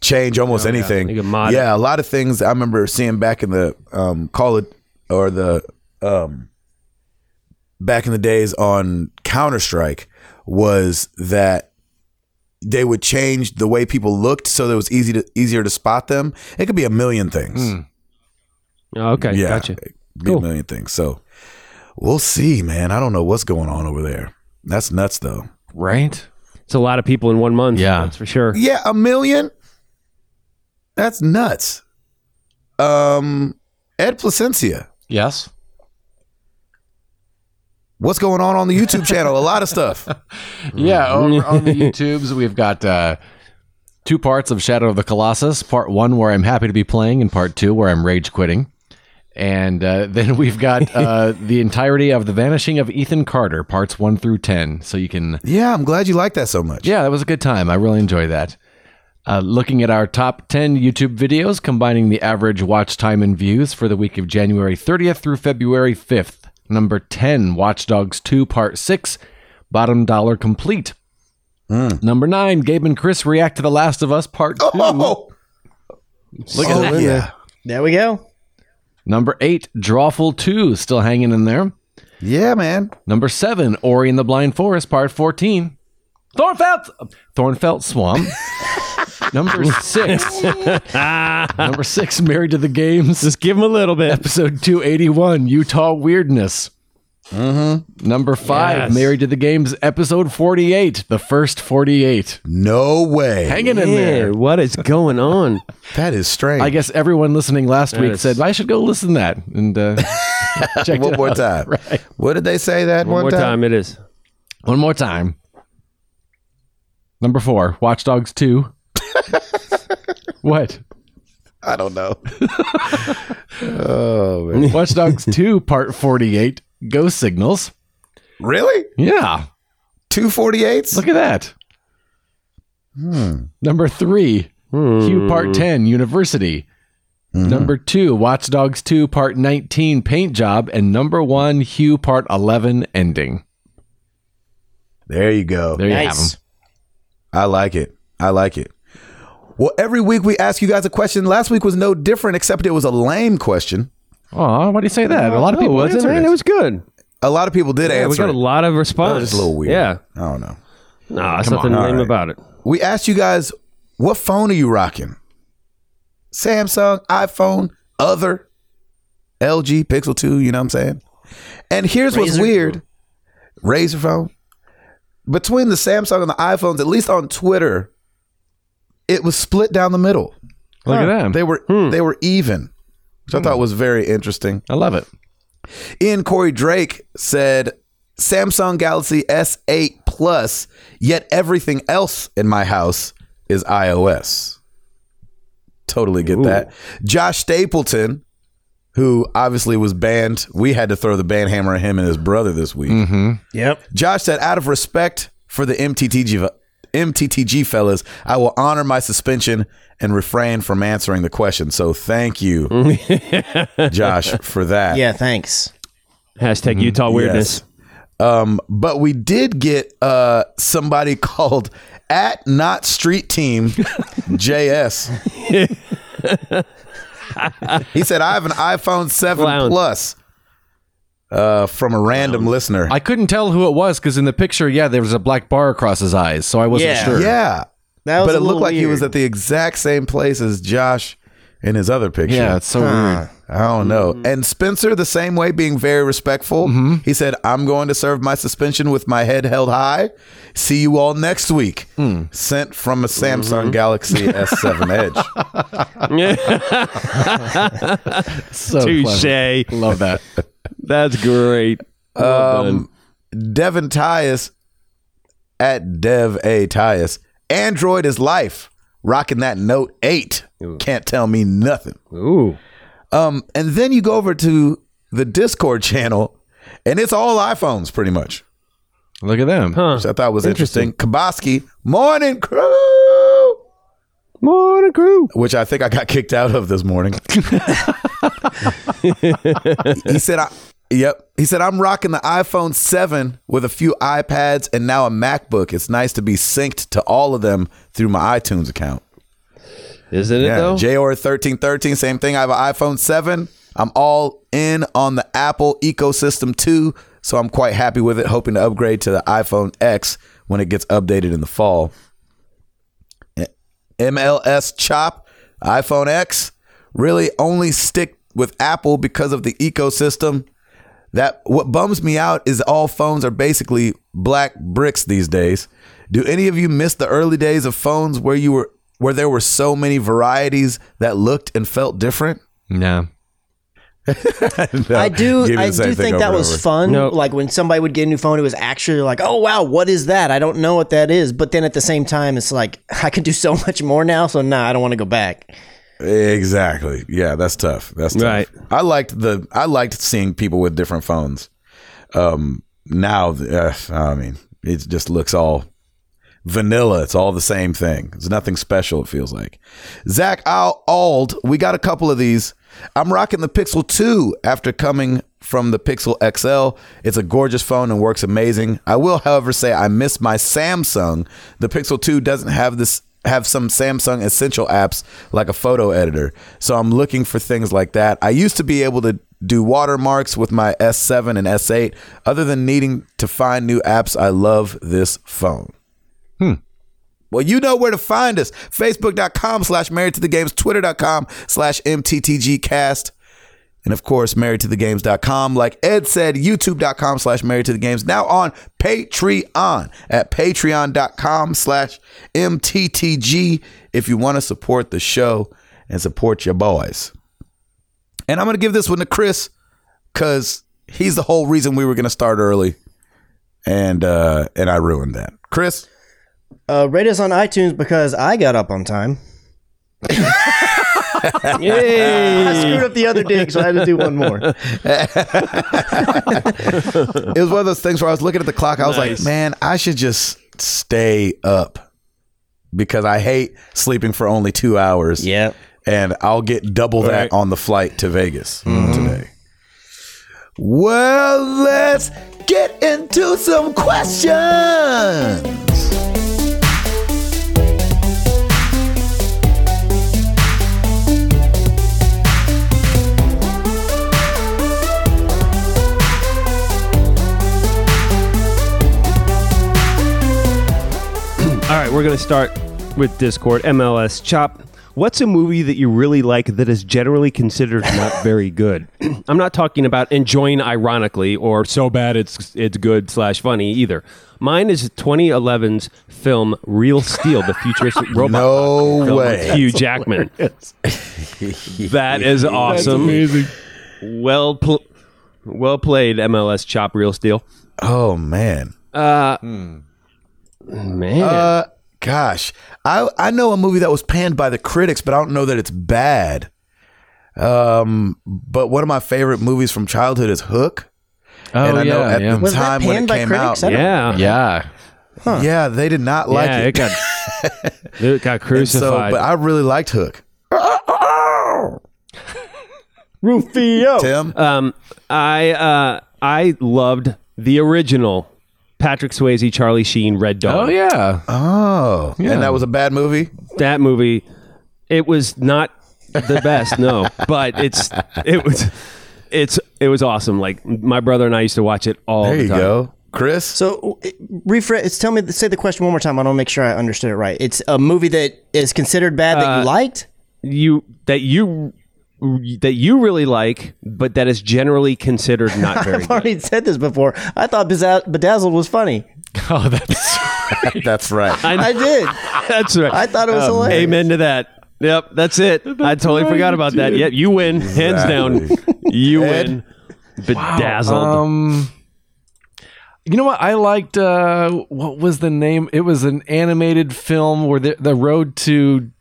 Speaker 1: change almost anything.
Speaker 3: Oh, They can mod
Speaker 1: yeah, a lot of things I remember seeing back in the um, Call it or the um, back in the days on Counter Strike was that they would change the way people looked so that it was easy to easier to spot them. It could be a million things.
Speaker 3: Hmm. Oh, okay,
Speaker 1: yeah,
Speaker 3: gotcha.
Speaker 1: it could be a million things. So we'll see, man. I don't know what's going on over there. That's nuts, though.
Speaker 2: Right?
Speaker 3: It's a lot of people in one month.
Speaker 2: Yeah.
Speaker 3: that's for sure.
Speaker 1: Yeah, a million. That's nuts. Um, Ed Placencia,
Speaker 2: Yes.
Speaker 1: what's going on on the YouTube channel? A lot of stuff.
Speaker 2: Yeah, over on the YouTubes, we've got uh, two parts of Shadow of the Colossus. Part one, where I'm happy to be playing, and part two, where I'm rage quitting. And uh, then we've got uh, the entirety of The Vanishing of Ethan Carter, parts one through 10. So you can.
Speaker 1: Yeah, I'm glad you like that so much.
Speaker 2: Yeah, that was a good time. I really enjoyed that. Uh, looking at our top 10 YouTube videos, combining the average watch time and views for the week of January 30th through February 5th. Number 10, Watch Dogs 2 Part 6, Bottom Dollar Complete.
Speaker 1: Hmm.
Speaker 2: Number 9, Gabe and Chris React to The Last of Us Part 2.
Speaker 1: Oh,
Speaker 3: Look
Speaker 1: oh,
Speaker 3: at that.
Speaker 1: yeah.
Speaker 4: There we go.
Speaker 2: Number 8, Drawful 2, still hanging in there.
Speaker 1: Yeah, man.
Speaker 2: Number 7, Ori and the Blind Forest Part 14. Thornfelt Thornfelt Swamp. Number 6.
Speaker 3: Ah,
Speaker 2: Number 6, Married to the Games.
Speaker 3: Just give them a little bit.
Speaker 2: episode 281 utah weirdness
Speaker 1: Mm-hmm.
Speaker 2: number five
Speaker 3: Yes.
Speaker 2: married to the games episode 48 the first 48
Speaker 1: No way.
Speaker 2: hanging in there
Speaker 3: what is going on?
Speaker 1: That is strange.
Speaker 2: i guess everyone listening last week
Speaker 3: is-
Speaker 2: said i should go listen to that and uh, check
Speaker 1: one
Speaker 2: it
Speaker 1: more
Speaker 2: out.
Speaker 1: time.
Speaker 2: Right.
Speaker 1: What did they say that one,
Speaker 3: One more time, it is.
Speaker 2: one more time Number four, Watch Dogs 2. what?
Speaker 1: I don't know. oh man.
Speaker 2: Watch Dogs 2, Part 48, Ghost Signals.
Speaker 1: Really?
Speaker 2: Yeah,
Speaker 1: Two forty eights?
Speaker 2: look at that. Number three, Q
Speaker 3: Mm.
Speaker 2: Part 10, University. Number two, Watch Dogs 2, Part 19, Paint Job. And number one, Hugh Part 11, Ending.
Speaker 1: There you go.
Speaker 2: There you have them.
Speaker 4: Nice.
Speaker 1: I like it. I like it. Well, every week we ask you guys a question. Last week was no different, except it was a lame question.
Speaker 2: Aw, why do you say that? A lot of
Speaker 3: No,
Speaker 2: people
Speaker 3: it wasn't,
Speaker 2: answered
Speaker 3: man.
Speaker 2: it.
Speaker 3: It was good.
Speaker 1: A lot of people did
Speaker 3: Yeah, we
Speaker 1: answer.
Speaker 3: got a
Speaker 1: it.
Speaker 3: lot of
Speaker 1: That
Speaker 3: response.
Speaker 1: was a little weird.
Speaker 3: Yeah.
Speaker 1: I don't know.
Speaker 3: Nah, there's nothing
Speaker 1: on.
Speaker 3: lame
Speaker 1: All right.
Speaker 3: about it.
Speaker 1: We asked you guys, what phone are you rocking? Samsung, iPhone, other, LG, Pixel 2, you know what I'm saying? And here's what's
Speaker 4: Razr.
Speaker 1: weird Razor phone. Between the Samsung and the iPhones, at least on Twitter, it was split down the middle.
Speaker 2: Look at them.
Speaker 1: They were they were even, which I thought was very interesting.
Speaker 2: I love it.
Speaker 1: Ian Corey Drake said Samsung Galaxy S8 Plus, yet everything else in my house is iOS. Totally get that. Josh Stapleton, who obviously was banned, we had to throw the ban hammer at him and his brother this week.
Speaker 4: Mm-hmm. Yep.
Speaker 1: Josh said, out of respect for the MTTG, v- MTTG fellas, I will honor my suspension and refrain from answering the question. So thank you, Josh, for that.
Speaker 4: Yeah. Thanks.
Speaker 3: Hashtag
Speaker 1: Mm-hmm.
Speaker 3: Utah weirdness.
Speaker 1: Um, but we did get uh, somebody called at not street team JS. he said, I have an iPhone 7
Speaker 3: Clown.
Speaker 1: Plus uh, from a random listener.
Speaker 2: I couldn't tell who it was because in the picture, yeah, there was a black bar across his eyes, so I wasn't
Speaker 4: Yeah.
Speaker 2: sure.
Speaker 1: yeah.
Speaker 4: That was
Speaker 1: But
Speaker 4: a
Speaker 1: it
Speaker 4: little
Speaker 1: looked like he
Speaker 4: weird.
Speaker 1: was at the exact same place as Josh in his other picture.
Speaker 2: Yeah, it's so weird.
Speaker 1: I don't know. And Spencer, the same way, being very respectful, he said, I'm going to serve my suspension with my head held high. See you all next week. Sent from a Samsung Galaxy S7 Edge.
Speaker 2: So clever.
Speaker 3: Touche.
Speaker 2: Love that.
Speaker 3: That's great. Well
Speaker 1: Um,
Speaker 3: done.
Speaker 1: Devin Tyus at Dev A Tyus. Android is life. Rocking that Note 8. Can't tell me nothing.
Speaker 3: Ooh.
Speaker 1: Um, and then you go over to the Discord channel, and it's all iPhones pretty much,
Speaker 2: Look at them.
Speaker 1: which I thought was interesting. Kaboski, morning crew,
Speaker 3: Morning crew.
Speaker 1: which I think I got kicked out of this morning. he said, I, "Yep." He said, "I'm rocking the iPhone 7 with a few iPads and now a MacBook. It's nice to be synced to all of them through my iTunes account."
Speaker 3: Isn't it
Speaker 1: Yeah,
Speaker 3: though?
Speaker 1: JR thirteen thirteen, same thing. I have an iPhone seven. I'm all in on the Apple ecosystem too, so I'm quite happy with it. Hoping to upgrade to the iPhone X when it gets updated in the fall. MLS chop, iPhone X. Really, only stick with Apple because of the ecosystem. That what bums me out is all phones are basically black bricks these days. Do any of you miss the early days of phones where you were where there were so many varieties that looked and felt different?
Speaker 2: No.
Speaker 1: No,
Speaker 4: I
Speaker 1: give me
Speaker 4: do.
Speaker 1: the
Speaker 4: I
Speaker 1: same
Speaker 4: do
Speaker 1: thing
Speaker 4: think
Speaker 1: over
Speaker 4: that
Speaker 1: and
Speaker 4: was
Speaker 1: over.
Speaker 4: fun.
Speaker 3: No.
Speaker 4: Like when somebody would get a new phone, it was actually like, "Oh wow, what is that? I don't know what that is." But then at the same time, it's like I could do so much more now. So nah, I don't want to go back.
Speaker 1: Exactly. Yeah, that's tough. That's tough.
Speaker 3: Right.
Speaker 1: I liked the I liked seeing people with different phones. Um now uh, I mean, it just looks all vanilla. It's all the same thing. It's nothing special, it feels like. Zach Al Ald, we got a couple of these. I'm rocking the Pixel 2 after coming from the Pixel XL. It's a gorgeous phone and works amazing. I will, however, say I miss my Samsung. The Pixel 2 doesn't have this have some Samsung essential apps like a photo editor. So I'm looking for things like that. I used to be able to do watermarks with my S7 and S8. Other than needing to find new apps, I love this phone. Well, you know where to find us. Facebook.com slash married to the games, twitter.com slash MTTGcast. And of course, married to the games.com. Like Ed said, youtube.com slash married to the games. Now on Patreon at patreon.com slash MTTG if you want to support the show and support your boys. And I'm going to give this one to Chris because he's the whole reason we were going to start early. And, uh, and I ruined that. Chris,
Speaker 4: Uh, rate us on iTunes because I got up on time. I screwed up the other dig, so I had to do one more.
Speaker 1: It was one of those things where I was looking at the clock. I was like, man, I should just stay up because I hate sleeping for only two hours.
Speaker 4: Yep.
Speaker 1: And I'll get double that
Speaker 3: Right.
Speaker 1: on the flight to Vegas today. Well, let's get into some questions.
Speaker 3: All right, we're going to start with Discord. MLS Chop. What's a movie that you really like that is generally considered not very good? I'm not talking about enjoying ironically or so bad it's it's good slash funny either. Mine is 2011's film Real Steel, the futuristic robot.
Speaker 1: No
Speaker 3: film with
Speaker 1: way.
Speaker 3: Hugh Jackman. that is awesome. Well, pl- well played, MLS Chop Real Steel.
Speaker 1: Oh, man.
Speaker 3: Man,
Speaker 1: Uh, gosh, I I know a movie that was panned by the critics, but I don't know that it's bad. Um, but one of my favorite movies from childhood is Hook,
Speaker 2: Oh
Speaker 1: and I
Speaker 2: yeah,
Speaker 1: know at
Speaker 2: yeah.
Speaker 1: the
Speaker 4: Was that
Speaker 1: time when
Speaker 4: panned
Speaker 1: it
Speaker 4: by
Speaker 1: came
Speaker 4: critics?
Speaker 1: out,
Speaker 4: I don't-
Speaker 3: yeah,
Speaker 2: yeah.
Speaker 1: yeah, they did not like
Speaker 3: yeah,
Speaker 1: it.
Speaker 3: it got it got
Speaker 1: And so,
Speaker 3: crucified.
Speaker 1: but I really liked Hook.
Speaker 4: Rufio.
Speaker 1: Tim,
Speaker 3: Um, I uh, I loved the original Patrick Swayze, Charlie Sheen, Red Dawn.
Speaker 2: Oh yeah.
Speaker 1: oh, and that was a bad movie.
Speaker 3: That movie, it was not the best, no, but it's it was it's it was awesome. Like my brother and I used to watch it all.
Speaker 1: There
Speaker 3: the
Speaker 1: you
Speaker 3: time.
Speaker 1: go, Chris.
Speaker 4: So refresh. Tell me, say the question one more time. I want to make sure I understood it right. It's a movie that is considered bad that you liked.
Speaker 3: You that you that you really like, but that is generally considered not very
Speaker 4: I've
Speaker 3: good.
Speaker 4: already said this before. I thought Bezza- Bedazzled was funny.
Speaker 2: Oh, that's
Speaker 1: That's right.
Speaker 4: I did.
Speaker 3: That's right.
Speaker 4: I thought it was hilarious.
Speaker 3: Um, Amen to that. Yep, that's it. I totally forgot about that. Yep, you win, hands down. You win. Bedazzled.
Speaker 2: um. You know what I liked? Uh, what was the name? It was an animated film where the the road to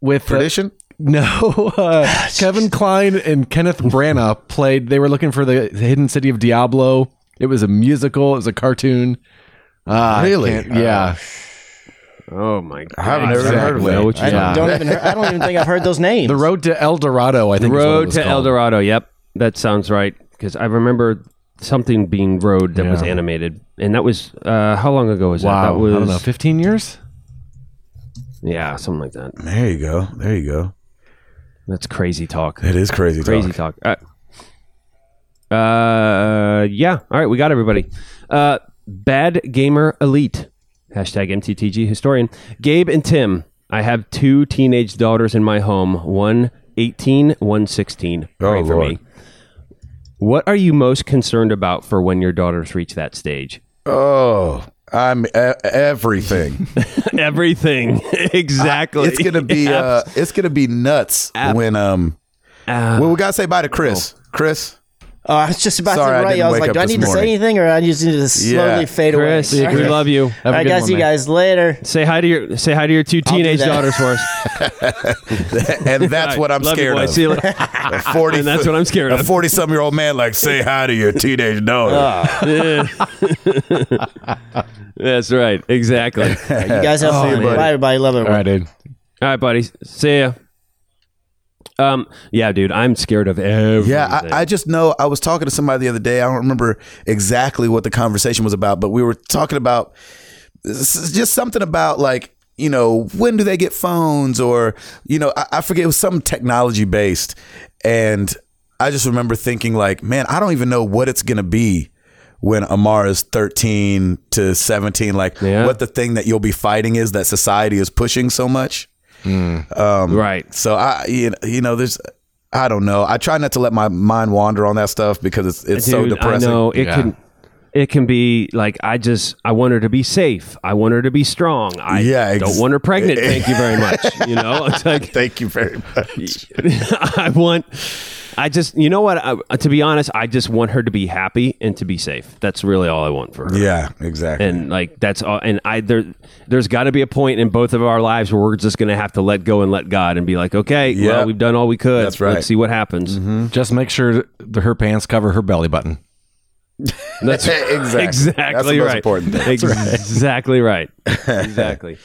Speaker 2: with uh,
Speaker 1: Tradition.
Speaker 2: No, uh, Kevin Klein and Kenneth Branagh played. They were looking for the hidden city of Diablo. It was a musical. It was a cartoon. Uh, I
Speaker 1: Really?
Speaker 2: can't- Yeah.
Speaker 3: oh my god!
Speaker 1: I've never heard of
Speaker 2: Exactly.
Speaker 1: it.
Speaker 3: Know what you
Speaker 4: I
Speaker 2: Yeah.
Speaker 4: don't even. I don't even think I've heard those names.
Speaker 2: the Road to El Dorado. I think. is what it
Speaker 3: Road
Speaker 2: was
Speaker 3: to El
Speaker 2: called.
Speaker 3: Dorado. Yep, that sounds right. Because I remember something being road that was
Speaker 2: Yeah.
Speaker 3: animated, and that was uh, how long ago was that?
Speaker 2: Wow.
Speaker 3: That was
Speaker 2: I don't know. Fifteen years.
Speaker 3: yeah, something like that.
Speaker 1: There you go. There you go.
Speaker 3: That's crazy talk.
Speaker 1: It is crazy.
Speaker 3: Crazy
Speaker 1: Talk.
Speaker 3: talk. Uh, uh, yeah. All right, we got everybody. Uh, bad gamer elite. Hashtag MTTG historian. Gabe and Tim. I have two teenage daughters in my home. One 18, one 16. Pray
Speaker 1: Oh,
Speaker 3: for
Speaker 1: Lord.
Speaker 3: me. What are you most concerned about for when your daughters reach that stage?
Speaker 1: Oh, I'm e- everything.
Speaker 3: Everything. exactly.
Speaker 1: it's gonna be uh, it's gonna be nuts when um Well, we gotta say bye to Chris. Chris,
Speaker 4: Oh, I was just about
Speaker 1: Sorry, I
Speaker 4: to write.
Speaker 1: didn't
Speaker 4: I, was
Speaker 1: wake
Speaker 4: like,
Speaker 1: up
Speaker 4: do I
Speaker 1: this
Speaker 4: need to say
Speaker 1: morning.
Speaker 4: anything, or I just need to slowly
Speaker 1: Yeah.
Speaker 4: fade
Speaker 3: Chris,
Speaker 4: away?
Speaker 3: we
Speaker 4: Okay.
Speaker 3: love you.
Speaker 4: All
Speaker 2: a
Speaker 4: right,
Speaker 2: good
Speaker 4: guys.
Speaker 2: one,
Speaker 4: see you
Speaker 2: man.
Speaker 4: guys later.
Speaker 3: Say hi to your say hi to your two teenage
Speaker 4: that.
Speaker 3: daughters for us.
Speaker 1: and that's what I'm
Speaker 3: Love you,
Speaker 1: scared
Speaker 3: boy.
Speaker 1: of.
Speaker 3: See you later.
Speaker 1: A forty,
Speaker 3: And that's what I'm scared
Speaker 1: A
Speaker 3: of. Oh.
Speaker 1: forty-some year old man like say hi to your teenage daughter.
Speaker 3: That's right. Exactly. All
Speaker 4: You guys have fun.
Speaker 1: Oh, buddy.
Speaker 4: Bye, everybody. Love it.
Speaker 2: All right, dude.
Speaker 3: right, buddy. See ya. Um, yeah, dude, I'm scared of everything.
Speaker 1: yeah, I, I just know. I was talking to somebody the other day. I don't remember exactly what the conversation was about, but we were talking about s- just something about like you know when do they get phones or you know I, I forget it was some technology based, and I just remember thinking like, man, I don't even know what it's gonna be when Amar is 13 to 17, like
Speaker 3: Yeah.
Speaker 1: what the thing that you'll be fighting is that society is pushing so much.
Speaker 3: right.
Speaker 1: So I, you know, you know, there's, I don't know. I try not to let my mind wander on that stuff because it's it's so
Speaker 3: Dude,
Speaker 1: depressing.
Speaker 3: I know it
Speaker 2: Yeah.
Speaker 3: can. It can be like I just I want her to be safe. I want her to be strong. I
Speaker 1: Yeah, ex-
Speaker 3: don't want her pregnant. Thank you very much. You know, it's like
Speaker 1: Thank you very much.
Speaker 3: I want I just, you know what? I, to be honest, I just want her to be happy and to be safe. That's really all I want for her.
Speaker 1: Yeah, exactly.
Speaker 3: And like that's all. And I there, there's got to be a point in both of our lives where we're just gonna have to let go and let God and be like, okay,
Speaker 1: Yeah.
Speaker 3: well, we've done all we could.
Speaker 1: That's right. Mm-hmm.
Speaker 3: Let's see what happens.
Speaker 2: Just make sure that her pants cover her belly button.
Speaker 3: That's
Speaker 1: Exactly.
Speaker 3: exactly
Speaker 1: That's the most
Speaker 3: right.
Speaker 1: important thing.
Speaker 3: exactly right. exactly.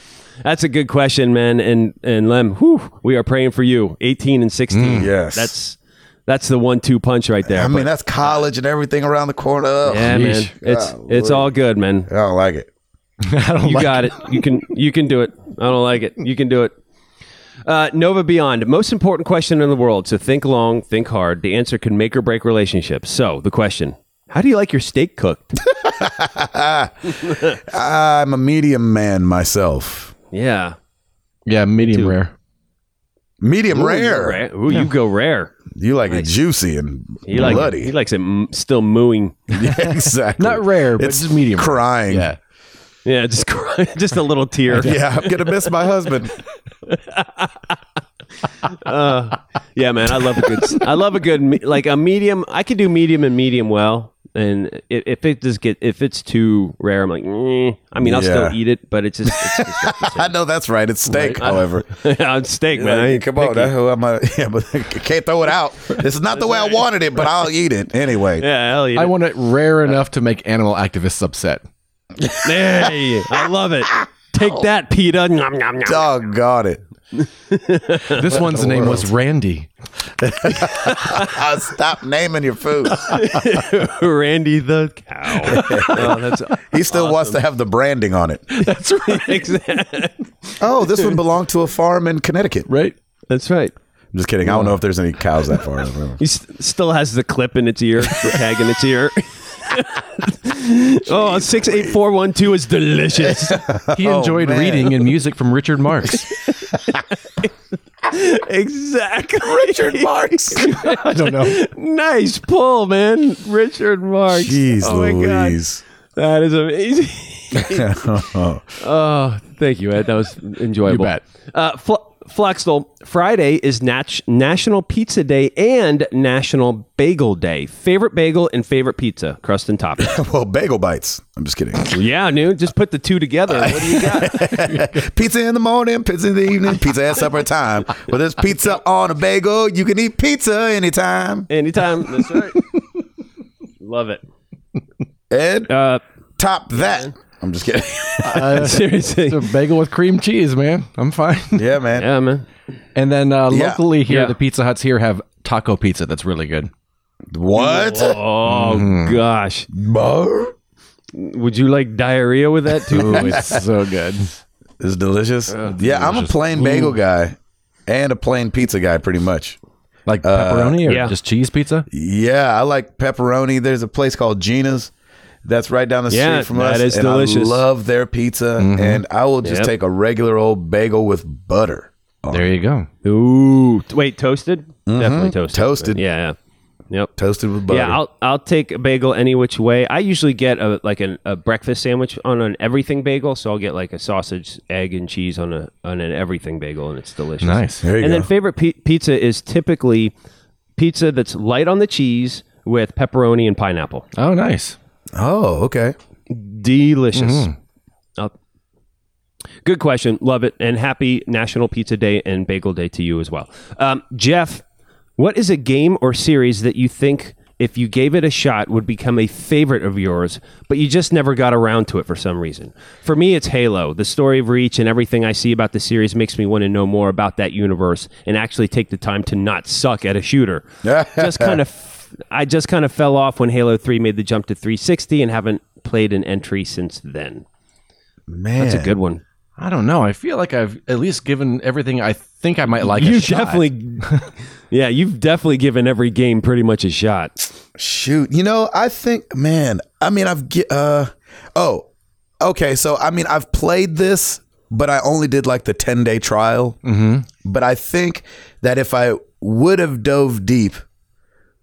Speaker 3: That's a good question, man. And and Lem, whew, we are praying for you. 18 and 16.
Speaker 1: Mm. yes.
Speaker 3: That's that's the one-two punch right there.
Speaker 1: I mean,
Speaker 3: But-
Speaker 1: that's college and everything around the corner. Ugh,
Speaker 3: yeah,
Speaker 2: Yeesh.
Speaker 3: man. It's it's all good, man.
Speaker 1: I don't like it.
Speaker 2: I don't
Speaker 3: You
Speaker 2: like
Speaker 3: got it. You can you can do it. I don't like it. You can do it. Uh, Nova Beyond, most important question in the world. So think long, think hard. The answer can make or break relationships. So the question: How do you like your steak cooked?
Speaker 1: I'm a medium man myself.
Speaker 3: yeah,
Speaker 2: Yeah, medium rare.
Speaker 1: Medium rare.
Speaker 3: rare. Ooh, you go rare.
Speaker 1: You like it juicy and
Speaker 3: He like
Speaker 1: bloody.
Speaker 3: he likes it m- still mooing.
Speaker 1: yeah, exactly.
Speaker 2: Not rare, but just medium rare.
Speaker 1: Crying.
Speaker 2: Yeah.
Speaker 3: Yeah, just cry- just a little tear. yeah.
Speaker 1: Yeah, I'm gonna miss my husband.
Speaker 3: man, I love a good. I love a good me- like a medium. I could do medium and medium well, and i- if it just get if it's too rare, I'm like, mm. I mean, I'll
Speaker 1: Yeah.
Speaker 3: still eat it, but it's just it's just not
Speaker 1: I know that's right. It's steak, however.
Speaker 3: on steak, man. I
Speaker 1: Like,
Speaker 3: ain't
Speaker 1: come on,
Speaker 3: picky.
Speaker 1: that's who I'm a, yeah, but I can't throw it out. It's not the way I wanted it, but I'll eat it anyway.
Speaker 3: Yeah, I'll eat
Speaker 2: I
Speaker 3: it.
Speaker 2: want it rare enough to make animal activists upset.
Speaker 3: Hey, I love it. Take that, PETA. Nom, nom, nom.
Speaker 1: Doggone it.
Speaker 2: This one's name was Randy.
Speaker 1: I'll stop naming your food.
Speaker 3: Randy the cow. oh, that's
Speaker 1: He still wants to have the branding on it.
Speaker 2: That's right.
Speaker 1: Oh, this one belonged to a farm in Connecticut.
Speaker 2: Right?
Speaker 3: that's right.
Speaker 1: I'm just kidding. I don't know if there's any cows that far. I don't know.
Speaker 3: He st- still has the clip in its ear, the tag in its ear. oh, six eight four one two is delicious.
Speaker 2: He enjoyed
Speaker 1: man.
Speaker 2: reading and music from Richard Marx.
Speaker 3: exactly, Richard Marks.
Speaker 2: I don't know.
Speaker 3: nice pull, man, Richard Marks.
Speaker 1: Jeez
Speaker 3: oh my God.
Speaker 1: Louise.
Speaker 3: that is amazing. oh, thank you, Ed. That was enjoyable.
Speaker 2: You bet.
Speaker 3: Uh, Fl- Flaxtel, Friday is nat- National Pizza Day and National Bagel Day. Favorite bagel and favorite pizza, crust and topping.
Speaker 1: Well, bagel bites. I'm just kidding.
Speaker 3: yeah, dude. Just put the two together. What do you got?
Speaker 1: Pizza in the morning, pizza in the evening, pizza at supper time. Well, there's pizza on a bagel. You can eat pizza anytime.
Speaker 3: Anytime. That's right. Love it.
Speaker 1: Ed,
Speaker 3: Uh,
Speaker 1: top that. I'm just kidding.
Speaker 3: seriously.
Speaker 2: A bagel with cream cheese, man. I'm fine.
Speaker 1: yeah, man.
Speaker 3: Yeah, man.
Speaker 2: And then uh,
Speaker 1: Yeah.
Speaker 2: locally here,
Speaker 3: Yeah.
Speaker 2: the Pizza Huts here have taco pizza that's really good.
Speaker 1: What?
Speaker 3: Oh
Speaker 2: Mm-hmm.
Speaker 3: gosh.
Speaker 1: Bar?
Speaker 3: Would you like diarrhea with that too?
Speaker 2: Ooh, it's so good.
Speaker 1: It's delicious. yeah, I'm a plain bagel guy and a plain pizza guy, pretty much.
Speaker 2: Like pepperoni or
Speaker 3: yeah.
Speaker 2: just cheese pizza?
Speaker 1: Yeah, I like pepperoni. There's a place called Gina's that's right down the street
Speaker 3: Yeah,
Speaker 1: from
Speaker 3: that
Speaker 1: us.
Speaker 3: is
Speaker 1: and
Speaker 3: delicious.
Speaker 1: I love their pizza, and I will just
Speaker 3: Yep.
Speaker 1: take a regular old bagel with butter.
Speaker 2: There you go.
Speaker 3: Ooh. t- Wait, toasted?
Speaker 2: Mm-hmm.
Speaker 3: Definitely toasted.
Speaker 1: Toasted.
Speaker 3: Yeah. yeah. Yep.
Speaker 1: Toasted with butter.
Speaker 3: Yeah, I'll I'll take a bagel any which way. I usually get a like an, a breakfast sandwich on an everything bagel, so I'll get like a sausage, egg, and cheese on a on an everything bagel, and it's delicious.
Speaker 2: Nice.
Speaker 1: there you
Speaker 3: And
Speaker 1: go.
Speaker 3: then favorite pi- pizza is typically pizza that's light on the cheese with pepperoni and pineapple.
Speaker 1: Mm-hmm.
Speaker 2: Oh, nice.
Speaker 1: oh, okay.
Speaker 3: Delicious. Uh, good question. Love it. And happy National Pizza Day and Bagel Day to you as well. Um, Jeff, what is a game or series that you think, if you gave it a shot, would become a favorite of yours, but you just never got around to it for some reason? For me, it's Halo. The story of Reach and everything I see about the series makes me want to know more about that universe and actually take the time to not suck at a shooter. just kind of. I just kind of fell off when Halo 3 made the jump to 360 and haven't played an entry since then.
Speaker 1: Man,
Speaker 3: That's a good one.
Speaker 2: I don't know. I feel like I've at least given everything I think I might like. a
Speaker 3: you
Speaker 2: shot.
Speaker 3: definitely, yeah, you've definitely given every game pretty much a shot.
Speaker 1: Shoot, you know, I think, man. I mean, I've get, uh, oh, okay. So, I mean, I've played this, but I only did like the ten day trial. Mm-hmm. But I think that if I would have dove deep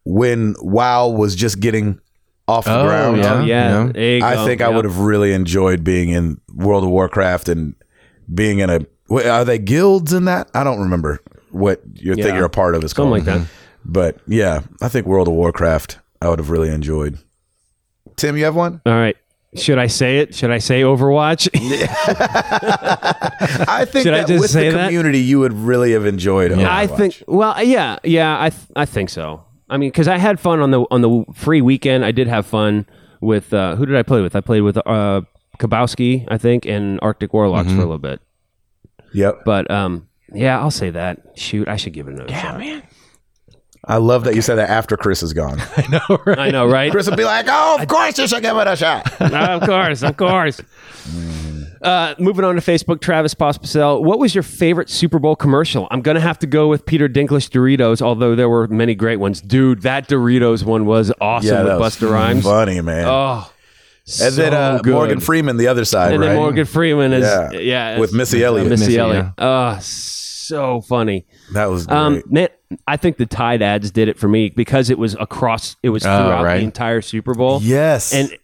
Speaker 1: when WoW was just getting off the
Speaker 2: Oh,
Speaker 1: ground,
Speaker 2: yeah.
Speaker 3: Yeah,
Speaker 2: yeah.
Speaker 3: there you
Speaker 1: I
Speaker 3: go.
Speaker 1: think I
Speaker 3: Yeah.
Speaker 1: would have really enjoyed being in World of Warcraft and being in a. Wait, are they guilds in that? I don't remember what your thing
Speaker 3: Yeah.
Speaker 1: you're a part of is called.
Speaker 3: something like that.
Speaker 1: But yeah, I think World of Warcraft I would have really enjoyed. Tim, you have one?
Speaker 3: All right. Should I say it? Should I say Overwatch?
Speaker 1: I think
Speaker 3: Should I
Speaker 1: that
Speaker 3: just
Speaker 1: with
Speaker 3: say
Speaker 1: the
Speaker 3: that?
Speaker 1: community, you would really have enjoyed. Overwatch.
Speaker 3: I think. Well, yeah, yeah. I th- I think so. I mean, because I had fun on the on the free weekend. I did have fun with uh, who did I play with? I played with uh, Kabowski, I think, and Arctic Warlocks for a little bit.
Speaker 1: Yep.
Speaker 3: But um, yeah, I'll say that. Shoot, I should give it another
Speaker 2: Oh,
Speaker 3: shot.
Speaker 1: I love that you said that after Chris is gone.
Speaker 3: I know, right?
Speaker 1: Chris would be like, "Oh, of course you should give it a shot."
Speaker 3: Ah, of course, of course. Uh, moving on to Facebook, Travis Pospisil. What was your favorite Super Bowl commercial? I'm gonna have to go with Peter Dinklage Doritos, although there were many great ones. Dude, that Doritos one was awesome with
Speaker 1: that was
Speaker 3: Buster Rhymes.
Speaker 1: Funny man.
Speaker 3: Oh,
Speaker 1: and then uh, Morgan Freeman, the other side,
Speaker 3: and
Speaker 1: right?
Speaker 3: then Morgan Freeman is
Speaker 1: Yeah.
Speaker 3: yeah,
Speaker 1: With
Speaker 3: it's-
Speaker 1: Missy Elliott.
Speaker 3: Missy
Speaker 2: Missy,
Speaker 3: Elliott. Oh, so funny.
Speaker 1: that was great.
Speaker 3: Um, man, I think the Tide ads did it for me because it was across, it was
Speaker 2: Oh,
Speaker 3: throughout
Speaker 2: right.
Speaker 3: the entire Super Bowl.
Speaker 1: yes.
Speaker 3: and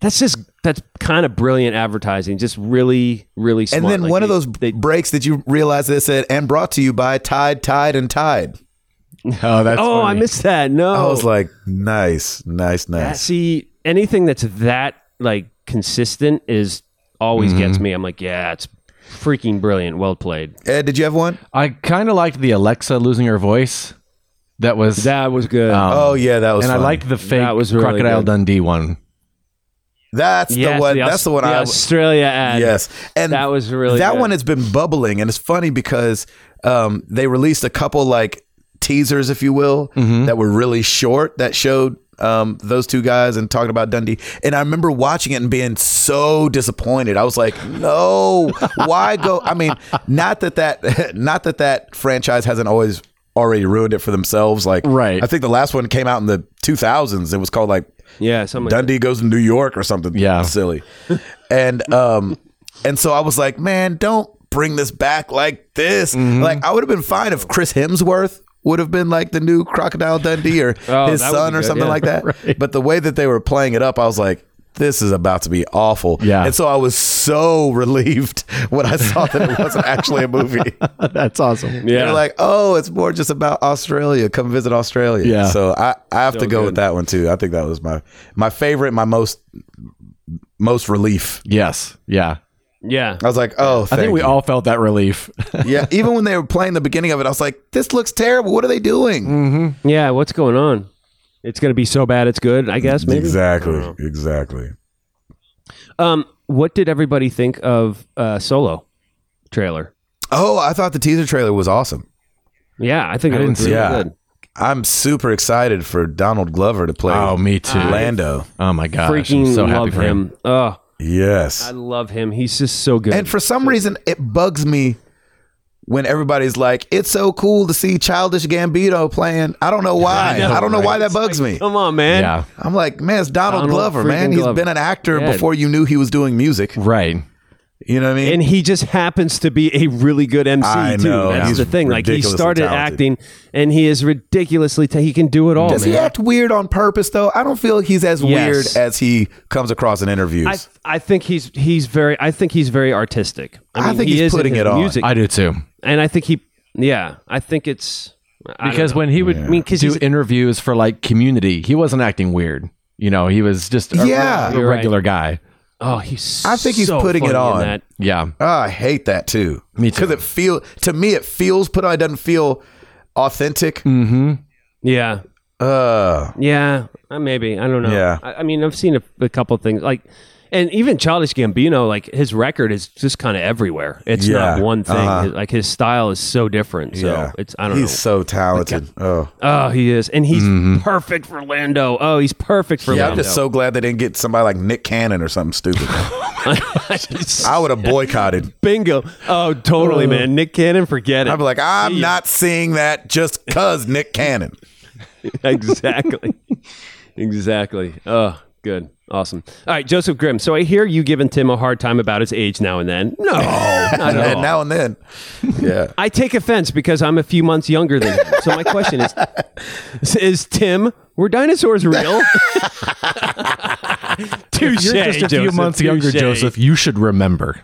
Speaker 3: that's just that's kind of brilliant advertising. Just really, really smart.
Speaker 1: And then
Speaker 3: Like
Speaker 1: one of
Speaker 3: they-
Speaker 1: those
Speaker 3: they-
Speaker 1: breaks that you realize that it said, and brought to you by Tide, Tide, and Tide.
Speaker 2: Oh, that's
Speaker 3: oh, I
Speaker 2: funny.
Speaker 3: missed that. No,
Speaker 1: I was like, nice, nice, nice.
Speaker 3: see anything that's that like consistent is always gets
Speaker 1: Mm-hmm.
Speaker 3: me. I'm like, yeah, it's freaking brilliant. Well played.
Speaker 1: Ed, did you have one?
Speaker 2: I kind of liked the Alexa losing her voice. That was
Speaker 3: That was good.
Speaker 2: um,
Speaker 1: Oh yeah, that was.
Speaker 2: and
Speaker 1: fun.
Speaker 2: I liked the fake
Speaker 3: That was really
Speaker 2: Crocodile
Speaker 3: good.
Speaker 2: Dundee one.
Speaker 1: that's
Speaker 3: Yes,
Speaker 1: the one.
Speaker 3: Aus-
Speaker 1: that's the one
Speaker 3: the
Speaker 1: I.
Speaker 3: Australia ad.
Speaker 1: Yes, and
Speaker 3: That was really
Speaker 1: that
Speaker 3: good.
Speaker 1: one has been bubbling, and it's funny because um, they released a couple like teasers, if you will, that were really short that showed um, those two guys and talking about Dundee. And I remember watching it and being so disappointed. I was like, no, why go? I mean, not that that not that that franchise hasn't always already ruined it for themselves. Like,
Speaker 2: Right.
Speaker 1: I think the last one came out in the 2000s. It was called like
Speaker 3: Yeah, something like
Speaker 1: Dundee goes to New York or something.
Speaker 2: Yeah.
Speaker 1: silly. and um, and so I was like, man, don't bring this back like this.
Speaker 3: Mm-hmm.
Speaker 1: Like I would have been fine if Chris Hemsworth would have been like the new Crocodile Dundee or
Speaker 3: Oh,
Speaker 1: his
Speaker 3: that would
Speaker 1: son
Speaker 3: be
Speaker 1: or
Speaker 3: good,
Speaker 1: something
Speaker 3: yeah.
Speaker 1: like that. But the way that they were playing it up, I was like. This is about to be awful.
Speaker 2: Yeah.
Speaker 1: And so I was so relieved when I saw that it wasn't actually a movie.
Speaker 2: that's awesome.
Speaker 3: that.
Speaker 1: They're
Speaker 3: Yeah,
Speaker 1: like, oh, it's more just about Australia. Come visit Australia.
Speaker 2: Yeah.
Speaker 1: So I, I have to go
Speaker 3: good.
Speaker 1: with that one too. I think that was my my favorite, my most most relief.
Speaker 2: Yes. Yeah.
Speaker 3: yeah.
Speaker 1: I was like, oh,
Speaker 2: I think we all felt that relief.
Speaker 1: yeah. Even when they were playing the beginning of it, I was like, this looks terrible. What are they
Speaker 2: Mm,
Speaker 1: doing?
Speaker 3: Yeah, what's going on? It's gonna be so bad it's good, I guess. Maybe.
Speaker 1: Exactly. Exactly.
Speaker 3: Um, what did everybody think of uh, Solo trailer?
Speaker 1: Oh, I thought the teaser trailer was awesome.
Speaker 3: Yeah, I think
Speaker 2: I
Speaker 3: it
Speaker 2: didn't
Speaker 3: looked
Speaker 2: see
Speaker 3: really
Speaker 1: that.
Speaker 3: good.
Speaker 1: I'm super excited for Donald Glover to play
Speaker 2: oh, me too.
Speaker 3: Uh,
Speaker 1: Lando.
Speaker 2: oh my gosh.
Speaker 3: Freaking
Speaker 2: I'm so happy
Speaker 3: love
Speaker 2: for
Speaker 3: him. Oh,
Speaker 1: Yes.
Speaker 3: I love him. He's just so good.
Speaker 1: And for some reason, it bugs me when everybody's like, "It's so cool to see Childish Gambino playing." I don't know why. I,
Speaker 3: know,
Speaker 1: don't know why that bugs me.
Speaker 3: Come on, man.
Speaker 2: Yeah.
Speaker 1: I'm like, man, it's Donald,
Speaker 3: Donald
Speaker 1: Glover,
Speaker 3: freaking
Speaker 1: man. He's
Speaker 3: Glover.
Speaker 1: been an actor
Speaker 3: Yeah.
Speaker 1: before you knew he was doing music.
Speaker 2: Right.
Speaker 1: You know what I mean?
Speaker 3: And he just happens to be a really good MC
Speaker 1: I
Speaker 3: too.
Speaker 1: know.
Speaker 3: That's
Speaker 1: He's
Speaker 3: the thing. Like he
Speaker 1: ridiculously
Speaker 3: started
Speaker 1: talented.
Speaker 3: acting, and he is ridiculously. ta- he can do it all.
Speaker 1: Does
Speaker 3: man.
Speaker 1: he act weird on purpose though? I don't feel he's as
Speaker 3: Yes.
Speaker 1: weird as he comes across in interviews.
Speaker 3: I, I think he's he's very I think he's very artistic.
Speaker 1: I think he's
Speaker 3: is in
Speaker 1: putting
Speaker 3: his
Speaker 1: it on.
Speaker 3: music,
Speaker 2: I do too.
Speaker 3: and I think he yeah I think it's I don't
Speaker 2: Because
Speaker 3: know.
Speaker 2: when he would
Speaker 3: I mean, 'cause
Speaker 2: do
Speaker 3: he's-
Speaker 2: interviews for like community, he wasn't acting weird. You know, he was just a,
Speaker 1: Yeah.
Speaker 2: a
Speaker 3: You're right.
Speaker 2: regular guy.
Speaker 3: oh he's
Speaker 1: I think he's
Speaker 3: so
Speaker 1: putting it
Speaker 3: funny
Speaker 1: on.
Speaker 3: in that.
Speaker 2: Yeah.
Speaker 1: Oh, I hate that too.
Speaker 2: Me too.
Speaker 1: Because it feel to me it feels put on. It doesn't feel authentic.
Speaker 3: Mm.
Speaker 2: Mm-hmm.
Speaker 3: yeah
Speaker 1: Uh,
Speaker 3: Yeah, uh, maybe. I don't know.
Speaker 1: Yeah.
Speaker 3: I, I mean, I've seen a, a couple things like, and even Childish Gambino, like his record is just kind of everywhere. It's
Speaker 1: Yeah,
Speaker 3: not one thing.
Speaker 1: uh-huh.
Speaker 3: His- like his style is so different. So
Speaker 1: yeah.
Speaker 3: it's I don't
Speaker 1: he's so
Speaker 3: know.
Speaker 1: talented. Oh.
Speaker 3: Oh, he is, and he's perfect for Lando. Oh, he's perfect for
Speaker 1: Yeah, I'm
Speaker 3: Lando.
Speaker 1: just so glad they didn't get somebody like Nick Cannon or something stupid. I would have boycotted.
Speaker 3: Bingo. Oh, totally, man. Nick Cannon, forget
Speaker 1: I'd
Speaker 3: it.
Speaker 1: be like, Uh, I'm not seeing that just cause Nick Cannon.
Speaker 3: exactly. exactly. Oh, good. Awesome. All right, Joseph Grimm. So I hear you giving Tim a hard time about his age now and then. No, not at
Speaker 1: and
Speaker 3: all.
Speaker 1: now and then, yeah.
Speaker 3: I take offense because I'm a few months younger than him. So my question is: Is Tim were dinosaurs real? Touche.
Speaker 2: You're just a few
Speaker 3: Joseph,
Speaker 2: months younger,
Speaker 3: touche.
Speaker 2: Joseph. You should remember.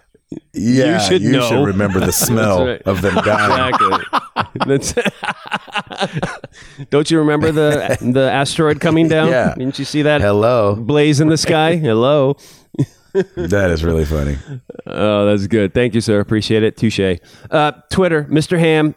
Speaker 1: Yeah,
Speaker 3: should know.
Speaker 1: remember the smell
Speaker 3: right.
Speaker 1: of them dying.
Speaker 3: Exactly. That's- Don't you remember the the asteroid coming down?
Speaker 1: Yeah.
Speaker 3: Didn't you see that
Speaker 1: Hello.
Speaker 3: blaze in the sky? Hello.
Speaker 1: That is really funny.
Speaker 3: Oh, that's good. Thank you, sir. Appreciate it. Touche. Uh, Twitter, Mr. Ham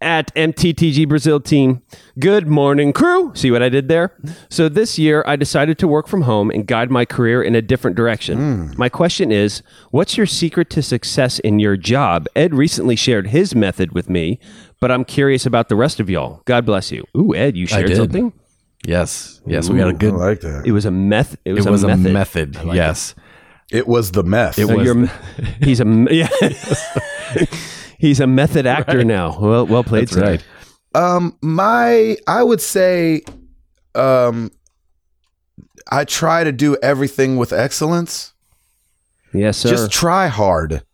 Speaker 3: at MTTG Brazil team. Good morning, crew. See what I did there? So this year, I decided to work from home and guide my career in a different direction.
Speaker 2: Mm.
Speaker 3: My question is, what's your secret to success in your job? Ed recently shared his method with me, but I'm curious about the rest of y'all. God bless you. Ooh, Ed, you shared
Speaker 2: did.
Speaker 3: something?
Speaker 2: Yes. Yes. We got a good.
Speaker 1: like that.
Speaker 3: It was a meth. It was,
Speaker 2: it was
Speaker 3: a, method.
Speaker 2: yes.
Speaker 1: It was the meth.
Speaker 3: So
Speaker 2: was
Speaker 3: you're, he's a m- yeah. he's a method actor now. Well, well played,
Speaker 2: That's
Speaker 3: sir.
Speaker 2: right.
Speaker 1: Um, my I would say, um, I try to do everything with excellence.
Speaker 3: Yes, sir.
Speaker 1: Just try hard.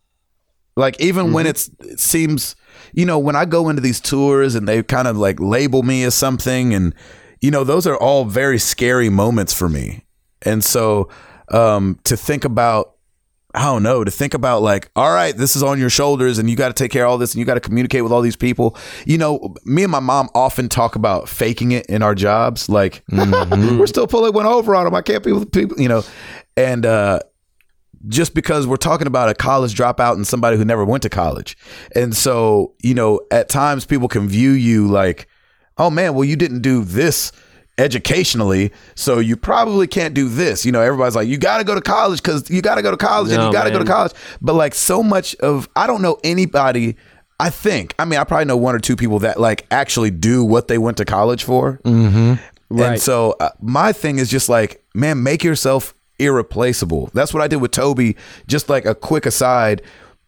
Speaker 1: Like even when it's, it seems, you know, when I go into these tours and they kind of like label me as something, and you know, those are all very scary moments for me. And so, um, to think about I don't know, to think about like, all right, this is on your shoulders and you got to take care of all this and you got to communicate with all these people. You know, me and my mom often talk about faking it in our jobs. Like, we're still pulling one over on them. I can't be with people, you know. And uh, just because we're talking about a college dropout and somebody who never went to college. And so, you know, at times people can view you like, oh man, well, you didn't do this educationally, so you probably can't do this. You know, everybody's like, you got to go to college because you got to go to college and
Speaker 3: No,
Speaker 1: you got to go to
Speaker 3: man.
Speaker 1: college. But like, so much of, I don't know anybody. I think, I mean, I probably know one or two people that like actually do what they went to college for. And
Speaker 3: Right.
Speaker 1: so uh, my thing is just like, man, make yourself irreplaceable. That's what I did with Toby. Just like a quick aside,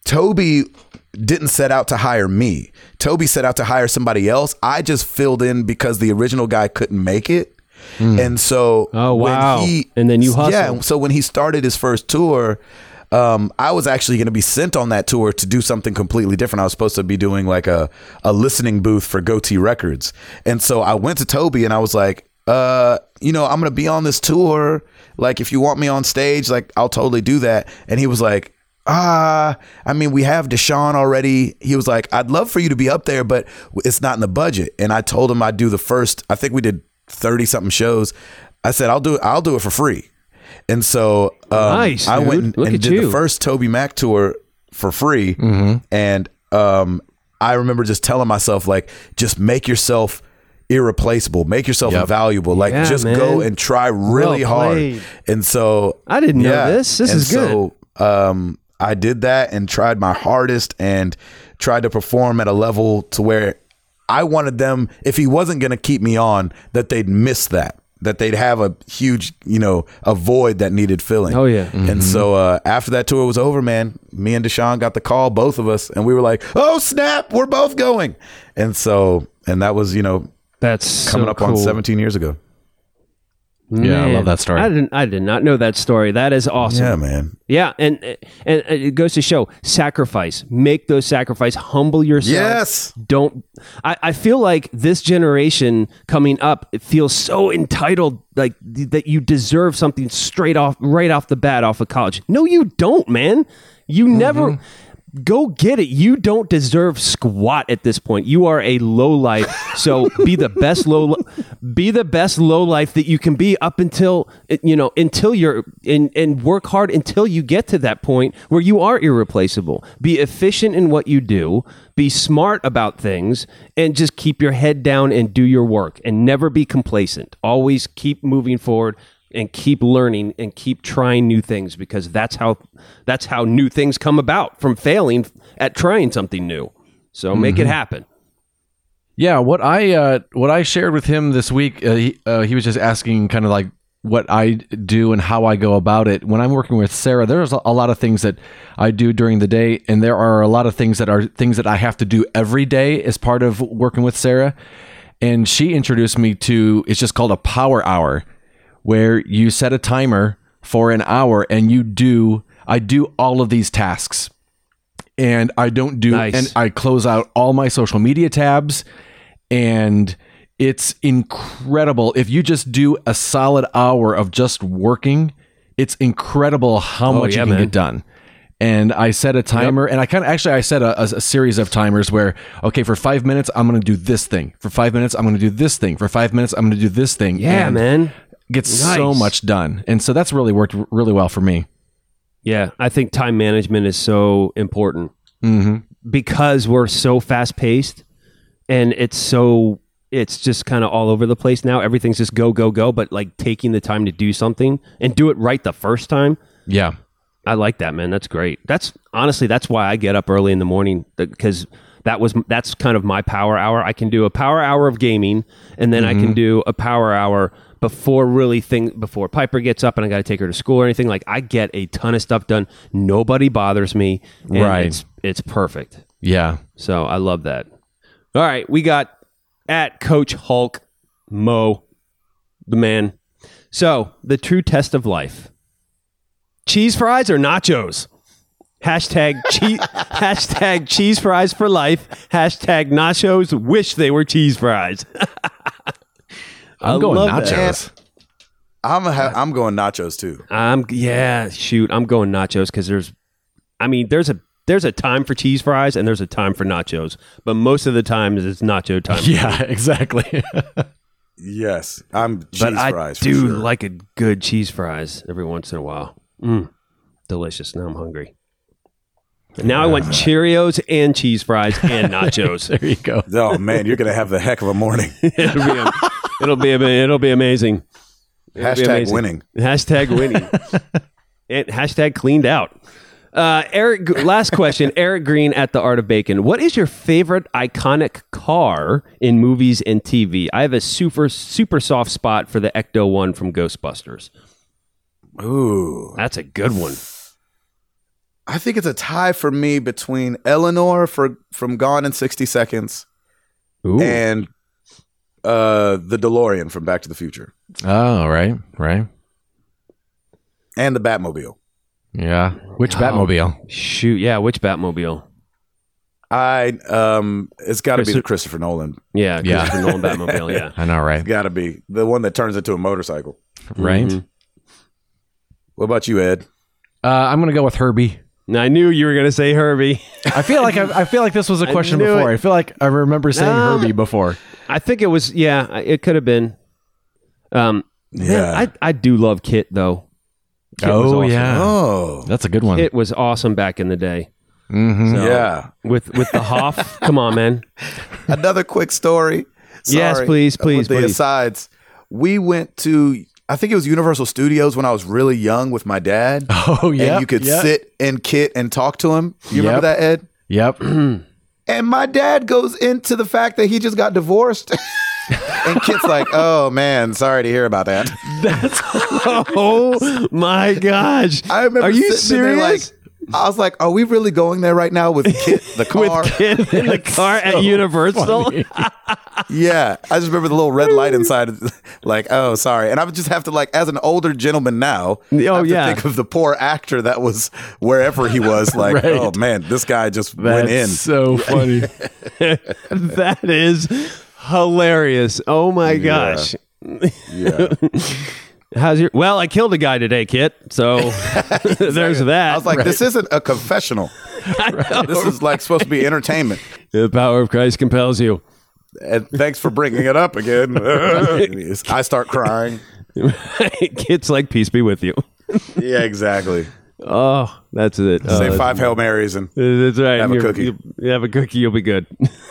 Speaker 1: Toby didn't set out to hire me. Toby set out to hire somebody else. I just filled in because the original guy couldn't make it. And so,
Speaker 3: Oh, wow. And then you
Speaker 1: yeah.
Speaker 3: hustled.
Speaker 1: So when he started his first tour, um, I was actually going to be sent on that tour to do something completely different. I was supposed to be doing like a a listening booth for Goatee Records, and so I went to Toby and I was like, uh, you know, I'm going to be on this tour. Like, if you want me on stage, like I'll totally do that. And he was like. Ah, I mean, we have Deshaun already. He was like, I'd love for you to be up there, but it's not in the budget. And I told him I'd do the first, I think we did 30 something shows. I said, I'll do it. I'll do it for free. And so um,
Speaker 3: Nice,
Speaker 1: I
Speaker 3: dude.
Speaker 1: went and,
Speaker 3: Look
Speaker 1: and
Speaker 3: at
Speaker 1: did
Speaker 3: you. Mm-hmm.
Speaker 1: the first Toby Mac tour for free. And um, I remember just telling myself, like, just make yourself irreplaceable, make yourself invaluable. Like,
Speaker 3: Yeah,
Speaker 1: just
Speaker 3: man.
Speaker 1: go and try really
Speaker 3: Well
Speaker 1: hard.
Speaker 3: played.
Speaker 1: And so
Speaker 3: I didn't know this. This
Speaker 1: and
Speaker 3: is good.
Speaker 1: So, um, I did that and tried my hardest and tried to perform at a level to where I wanted them, if he wasn't going to keep me on, that they'd miss that, that they'd have a huge, you know, a void that needed filling.
Speaker 3: Oh, yeah.
Speaker 1: And so uh, after that tour was over, man, me and Deshaun got the call, both of us, and we were like, oh, snap, we're both going. And so, and that was, you know,
Speaker 3: That's
Speaker 1: coming
Speaker 3: so
Speaker 1: up on
Speaker 3: cool.
Speaker 1: 17 years ago.
Speaker 2: Yeah, I
Speaker 3: Man,
Speaker 2: love that story.
Speaker 3: I didn't. I did not know that story. That is awesome.
Speaker 1: Yeah, man.
Speaker 3: Yeah, and and it goes to show sacrifice. Make those sacrifice. Humble yourself.
Speaker 1: Yes.
Speaker 3: Don't. I, I feel like this generation coming up it feels so entitled, like th- that you deserve something straight off, right off the bat, off of college. No, you don't, man. You never. Go get it. You don't deserve squat at this point. You are a low life. So be the best low be the best low life that you can be up until you know until you're and and work hard until you get to that point where you are irreplaceable. Be efficient in what you do, be smart about things and just keep your head down and do your work and never be complacent. Always keep moving forward and keep learning and keep trying new things because that's how that's how new things come about from failing at trying something new. So make it happen.
Speaker 2: Yeah, what I uh, what I shared with him this week, uh, he, uh, he was just asking kind of like what I do and how I go about it. When I'm working with Sarah, there's a lot of things that I do during the day, and there are a lot of things that are things that I have to do every day as part of working with Sarah. And she introduced me to it's just called a power hour, where you set a timer for an hour and you do I do all of these tasks and I don't do
Speaker 3: Nice.
Speaker 2: and I close out all my social media tabs and it's incredible if you just do a solid hour of just working it's incredible how much
Speaker 3: yeah,
Speaker 2: you can
Speaker 3: man.
Speaker 2: get done and I set a timer, and I kind of actually I set a, a, a series of timers where okay, for five minutes I'm going to do this thing, for five minutes I'm going to do this thing, for five minutes I'm going to do this thing.
Speaker 3: Yeah,
Speaker 2: and
Speaker 3: man.
Speaker 2: gets so
Speaker 3: Nice.
Speaker 2: much done, and so that's really worked r- really well for me.
Speaker 3: Yeah, I think time management is so important
Speaker 2: Mm-hmm.
Speaker 3: because we're so fast paced and it's so it's just kind of all over the place now. Everything's just go go go, but like taking the time to do something and do it right the first time.
Speaker 2: Yeah,
Speaker 3: I like that, man. That's great. That's honestly that's why I get up early in the morning because that was that's kind of my power hour. I can do a power hour of gaming, and then I can do a power hour before really thing before Piper gets up and I got to take her to school or anything. Like I get a ton of stuff done. Nobody bothers me. and
Speaker 2: Right.
Speaker 3: It's it's perfect.
Speaker 2: yeah.
Speaker 3: So I love that. All right, we got at Coach Hulk Mo, the man. So the true test of life: cheese fries or nachos. Hashtag cheese. hashtag cheese fries for life. Hashtag nachos. Wish they were cheese fries.
Speaker 2: I'm
Speaker 3: I
Speaker 2: going
Speaker 3: love
Speaker 2: nachos.
Speaker 3: that.
Speaker 1: I'm a ha- I'm going nachos too.
Speaker 3: I'm yeah. Shoot, I'm going nachos because there's. I mean, there's a there's a time for cheese fries and there's a time for nachos, but most of the times it's nacho time.
Speaker 2: Yeah, exactly.
Speaker 1: Yes, I'm cheese
Speaker 3: but I
Speaker 1: fries. for
Speaker 3: do
Speaker 1: sure.
Speaker 3: like a good cheese fries every once in a while. Mm, delicious. Now I'm hungry. And now I want Cheerios and cheese fries and nachos.
Speaker 2: there you go.
Speaker 1: Oh man, you're gonna have the heck of a morning.
Speaker 3: it'll, be a, it'll be ama- it'll be amazing. It'll be
Speaker 1: Hashtag
Speaker 3: amazing.
Speaker 1: winning.
Speaker 3: Hashtag winning. and hashtag cleaned out. Uh, Eric, last question. Eric Green at the Art of Bacon. What is your favorite iconic car in movies and TV? I have a super super soft spot for the Ecto one from Ghostbusters.
Speaker 1: Ooh,
Speaker 3: That's a good one.
Speaker 1: I think it's a tie for me between Eleanor for from Gone in 60 Seconds
Speaker 3: Ooh.
Speaker 1: and uh, the DeLorean from Back to the Future
Speaker 2: Oh, right, right.
Speaker 1: and the Batmobile.
Speaker 2: Yeah. Which Batmobile?
Speaker 3: Shoot, yeah, which Batmobile?
Speaker 1: I um, it's got to be
Speaker 3: Christo-
Speaker 1: the Christopher Nolan.
Speaker 3: Yeah,
Speaker 2: Yeah.
Speaker 3: Christopher Nolan Batmobile, yeah.
Speaker 2: I know, right?
Speaker 1: Got to be the one that turns into a motorcycle.
Speaker 2: Right.
Speaker 3: Mhm.
Speaker 1: What about you, Ed?
Speaker 2: Uh, I'm gonna go with Herbie.
Speaker 3: And I knew you were gonna say Herbie.
Speaker 2: I feel like I, I feel like this was a
Speaker 3: I
Speaker 2: question
Speaker 3: knew
Speaker 2: before.
Speaker 3: it.
Speaker 2: I feel like I remember saying
Speaker 3: No.
Speaker 2: Herbie before.
Speaker 3: I think it was yeah, I- it could have been. Um
Speaker 1: Yeah.
Speaker 3: man, I, I do love Kit though. Kit was
Speaker 2: oh
Speaker 3: awesome.
Speaker 2: yeah,
Speaker 1: oh,
Speaker 2: that's a good one.
Speaker 3: Kit was awesome back in the day.
Speaker 2: hmm
Speaker 3: So,
Speaker 1: yeah.
Speaker 3: With with the Hoff. Come on, man.
Speaker 1: Another quick story.
Speaker 3: Yes,
Speaker 1: Sorry.
Speaker 3: please, please,
Speaker 1: With the
Speaker 3: please.
Speaker 1: asides, we went to I think it was Universal Studios when I was really young with my dad.
Speaker 3: Uh,
Speaker 2: Oh yeah,
Speaker 1: and you could
Speaker 2: yep,
Speaker 1: sit and kit and talk to him. You remember
Speaker 2: Yep.
Speaker 1: that, Ed?
Speaker 2: Yep.
Speaker 1: And my dad goes into the fact that he just got divorced. and Kit's like, oh man, sorry to hear about that.
Speaker 3: Oh my gosh.
Speaker 1: I remember
Speaker 3: Are you
Speaker 1: sitting in there
Speaker 3: serious?
Speaker 1: like, I was like, are we really going there right now with Kit, the car?
Speaker 3: with Kit in the car at Universal.
Speaker 1: Yeah. I just remember the little red light inside, like, oh, sorry. And I would just have to, like, as an older gentleman now, I
Speaker 3: Oh,
Speaker 1: have to
Speaker 3: yeah.
Speaker 1: think of the poor actor that was wherever he was, like,
Speaker 2: Right.
Speaker 1: oh man, this guy just went in.
Speaker 2: That's so funny.
Speaker 3: that is hilarious. Oh my gosh.
Speaker 1: Yeah.
Speaker 3: How's your? Well, I killed a guy today, Kit. So there's that.
Speaker 1: I was like, this isn't a confessional. This is like supposed to be entertainment.
Speaker 3: the power of Christ compels you.
Speaker 1: And thanks for bringing it up again. I start crying.
Speaker 3: Kit's like, peace be with you.
Speaker 1: Yeah, exactly.
Speaker 3: Oh, that's it.
Speaker 1: Say
Speaker 3: Uh,
Speaker 1: five Hail Marys and
Speaker 3: That's right.
Speaker 1: Have a
Speaker 3: You're-
Speaker 1: cookie.
Speaker 3: You, you have a cookie. You'll be good.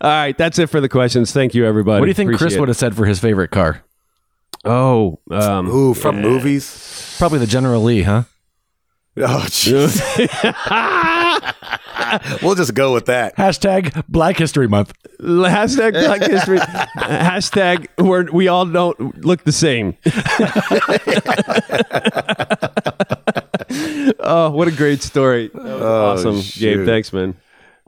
Speaker 3: All right, that's it for the questions. Thank you, everybody.
Speaker 2: what do you think Chris would have said for his favorite car?
Speaker 3: Oh, um,
Speaker 1: ooh from movies.
Speaker 2: Probably the General Lee, huh?
Speaker 1: Oh, jeez. we'll just go with that.
Speaker 2: Hashtag Black History Month.
Speaker 3: hashtag Black History. hashtag we're, we all don't look the same. oh, what a great story! That was awesome, Gabe.
Speaker 1: Oh, shoot.
Speaker 3: Thanks, man.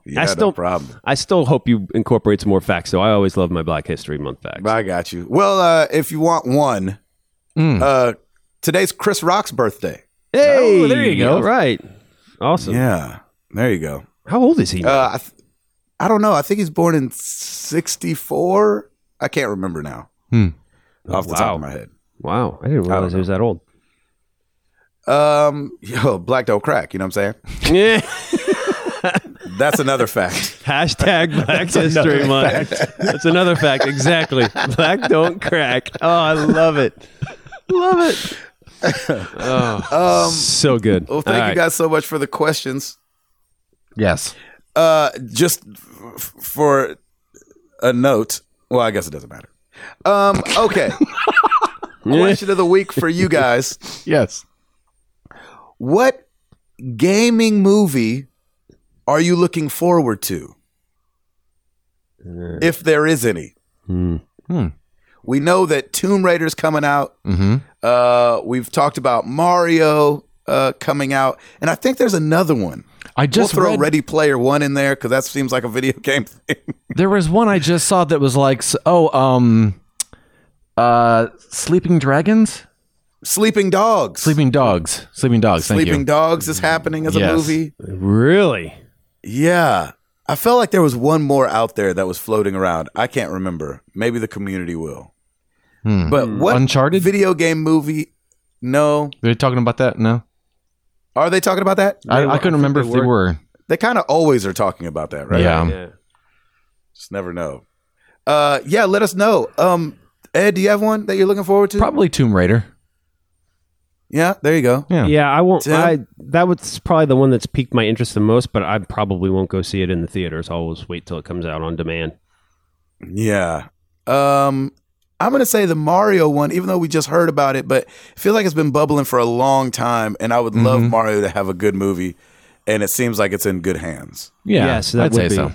Speaker 1: Yeah,
Speaker 3: I still-
Speaker 1: no problem.
Speaker 3: I still hope you incorporate some more facts. though. I always love my Black History Month facts.
Speaker 1: I got you. Well, uh, if you want one,
Speaker 2: Mm. Hmm.
Speaker 1: uh, today's Chris Rock's birthday.
Speaker 3: Hey,
Speaker 2: Oh, there you go.
Speaker 3: All right, awesome.
Speaker 1: Yeah, there you go.
Speaker 3: How old is he? now?
Speaker 1: Uh, I, th- I don't know. I think he's born in '64. I can't remember now
Speaker 2: Hmm.
Speaker 1: off the top
Speaker 3: Wow.
Speaker 1: of my head.
Speaker 3: wow, I didn't realize he was that old.
Speaker 1: Um, yo, black don't crack. You know what I'm saying?
Speaker 3: Yeah.
Speaker 1: That's another fact.
Speaker 3: Hashtag Black History Month. That's another fact. Exactly. Black don't crack. Oh, I love it. Love it. Oh, so good.
Speaker 1: Um, Well, thank
Speaker 3: All
Speaker 1: you
Speaker 3: right.
Speaker 1: guys so much for the questions.
Speaker 2: Yes.
Speaker 1: Uh, just f- for a note. Well, I guess it doesn't matter. Um, okay. Question of the week for you guys.
Speaker 2: Yes.
Speaker 1: What gaming movie are you looking forward to?
Speaker 2: Mm.
Speaker 1: If there is any.
Speaker 2: Hmm.
Speaker 1: We know that Tomb Raider's coming out.
Speaker 2: Mm-hmm.
Speaker 1: Uh, we've talked about Mario uh, coming out. And I think there's another one.
Speaker 2: I just
Speaker 1: we'll throw
Speaker 2: read,
Speaker 1: Ready Player One in there because that seems like a video game thing.
Speaker 2: there was one I just saw that was like s- oh um uh sleeping dragons
Speaker 1: Sleeping Dogs.
Speaker 2: sleeping dogs sleeping dogs thank
Speaker 1: Sleeping
Speaker 2: you
Speaker 1: Dogs is happening as a
Speaker 2: Yes.
Speaker 1: movie.
Speaker 3: Really?
Speaker 1: Yeah. I felt like there was one more out there that was floating around. I can't remember. Maybe the community will.
Speaker 2: Hmm.
Speaker 1: But what
Speaker 2: Uncharted?
Speaker 1: video game movie? No.
Speaker 2: Are they talking about that? No,
Speaker 1: Are they talking about that?
Speaker 2: I,
Speaker 3: were- I
Speaker 2: I couldn't
Speaker 3: think
Speaker 2: remember
Speaker 3: they
Speaker 2: if they were.
Speaker 1: They kind of always are talking about that, right?
Speaker 2: Yeah.
Speaker 1: Just never know. Uh, yeah, let us know. Um, Ed, do you have one that you're looking forward to?
Speaker 2: Probably Tomb Raider.
Speaker 1: Yeah, there you go.
Speaker 2: Yeah.
Speaker 3: Yeah, I won't.
Speaker 1: Tim?
Speaker 3: I that was probably the one that's piqued my interest the most, but I probably won't go see it in the theaters. I'll always wait till it comes out on demand.
Speaker 1: Yeah. Um, I'm gonna say the Mario one, even though we just heard about it, but I feel like it's been bubbling for a long time, and I would love
Speaker 2: Mm-hmm.
Speaker 1: Mario to have a good movie, and it seems like it's in good hands.
Speaker 2: Yeah,
Speaker 3: Yes, that
Speaker 2: I'd
Speaker 3: would
Speaker 2: say
Speaker 3: be.
Speaker 2: so.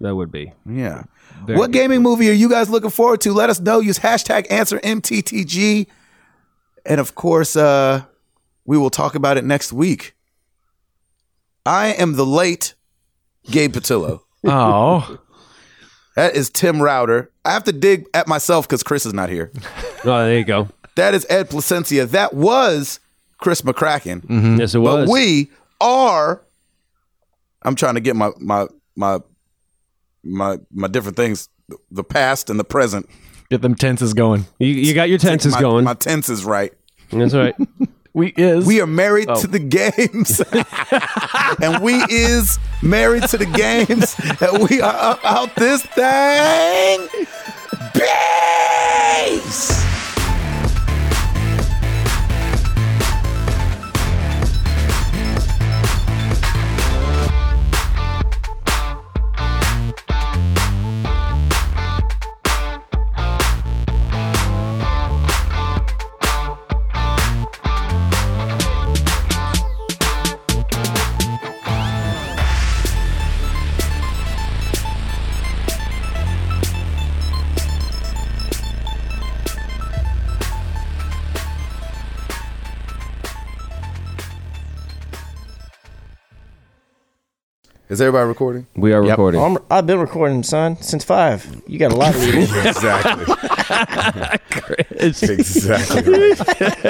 Speaker 3: That would be.
Speaker 1: Yeah. what gaming movie are you guys looking forward to? Let us know. Use hashtag answer MTTG. And of course, uh, we will talk about it next week. I am the late Gabe Patillo.
Speaker 2: Oh,
Speaker 1: That is Tim Router. I have to dig at myself because Chris is not here.
Speaker 3: Oh, there you go.
Speaker 1: That is Ed Placencia. That was Chris McCracken.
Speaker 3: Yes, it was.
Speaker 1: But we are. I'm trying to get my my my my my different things: the past and the present.
Speaker 2: get them tenses going.
Speaker 3: you, you got your tenses
Speaker 1: my,
Speaker 3: going.
Speaker 1: My tense is right.
Speaker 3: That's all right.
Speaker 2: We is
Speaker 1: We are married to the games, and we is married to the games, and we are up out this thing. Peace. Is everybody recording?
Speaker 3: We are recording.
Speaker 4: I'm, I've been recording, son, since five. You got a lot of these.
Speaker 1: Exactly. Exactly.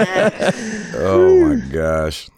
Speaker 1: right. oh my gosh.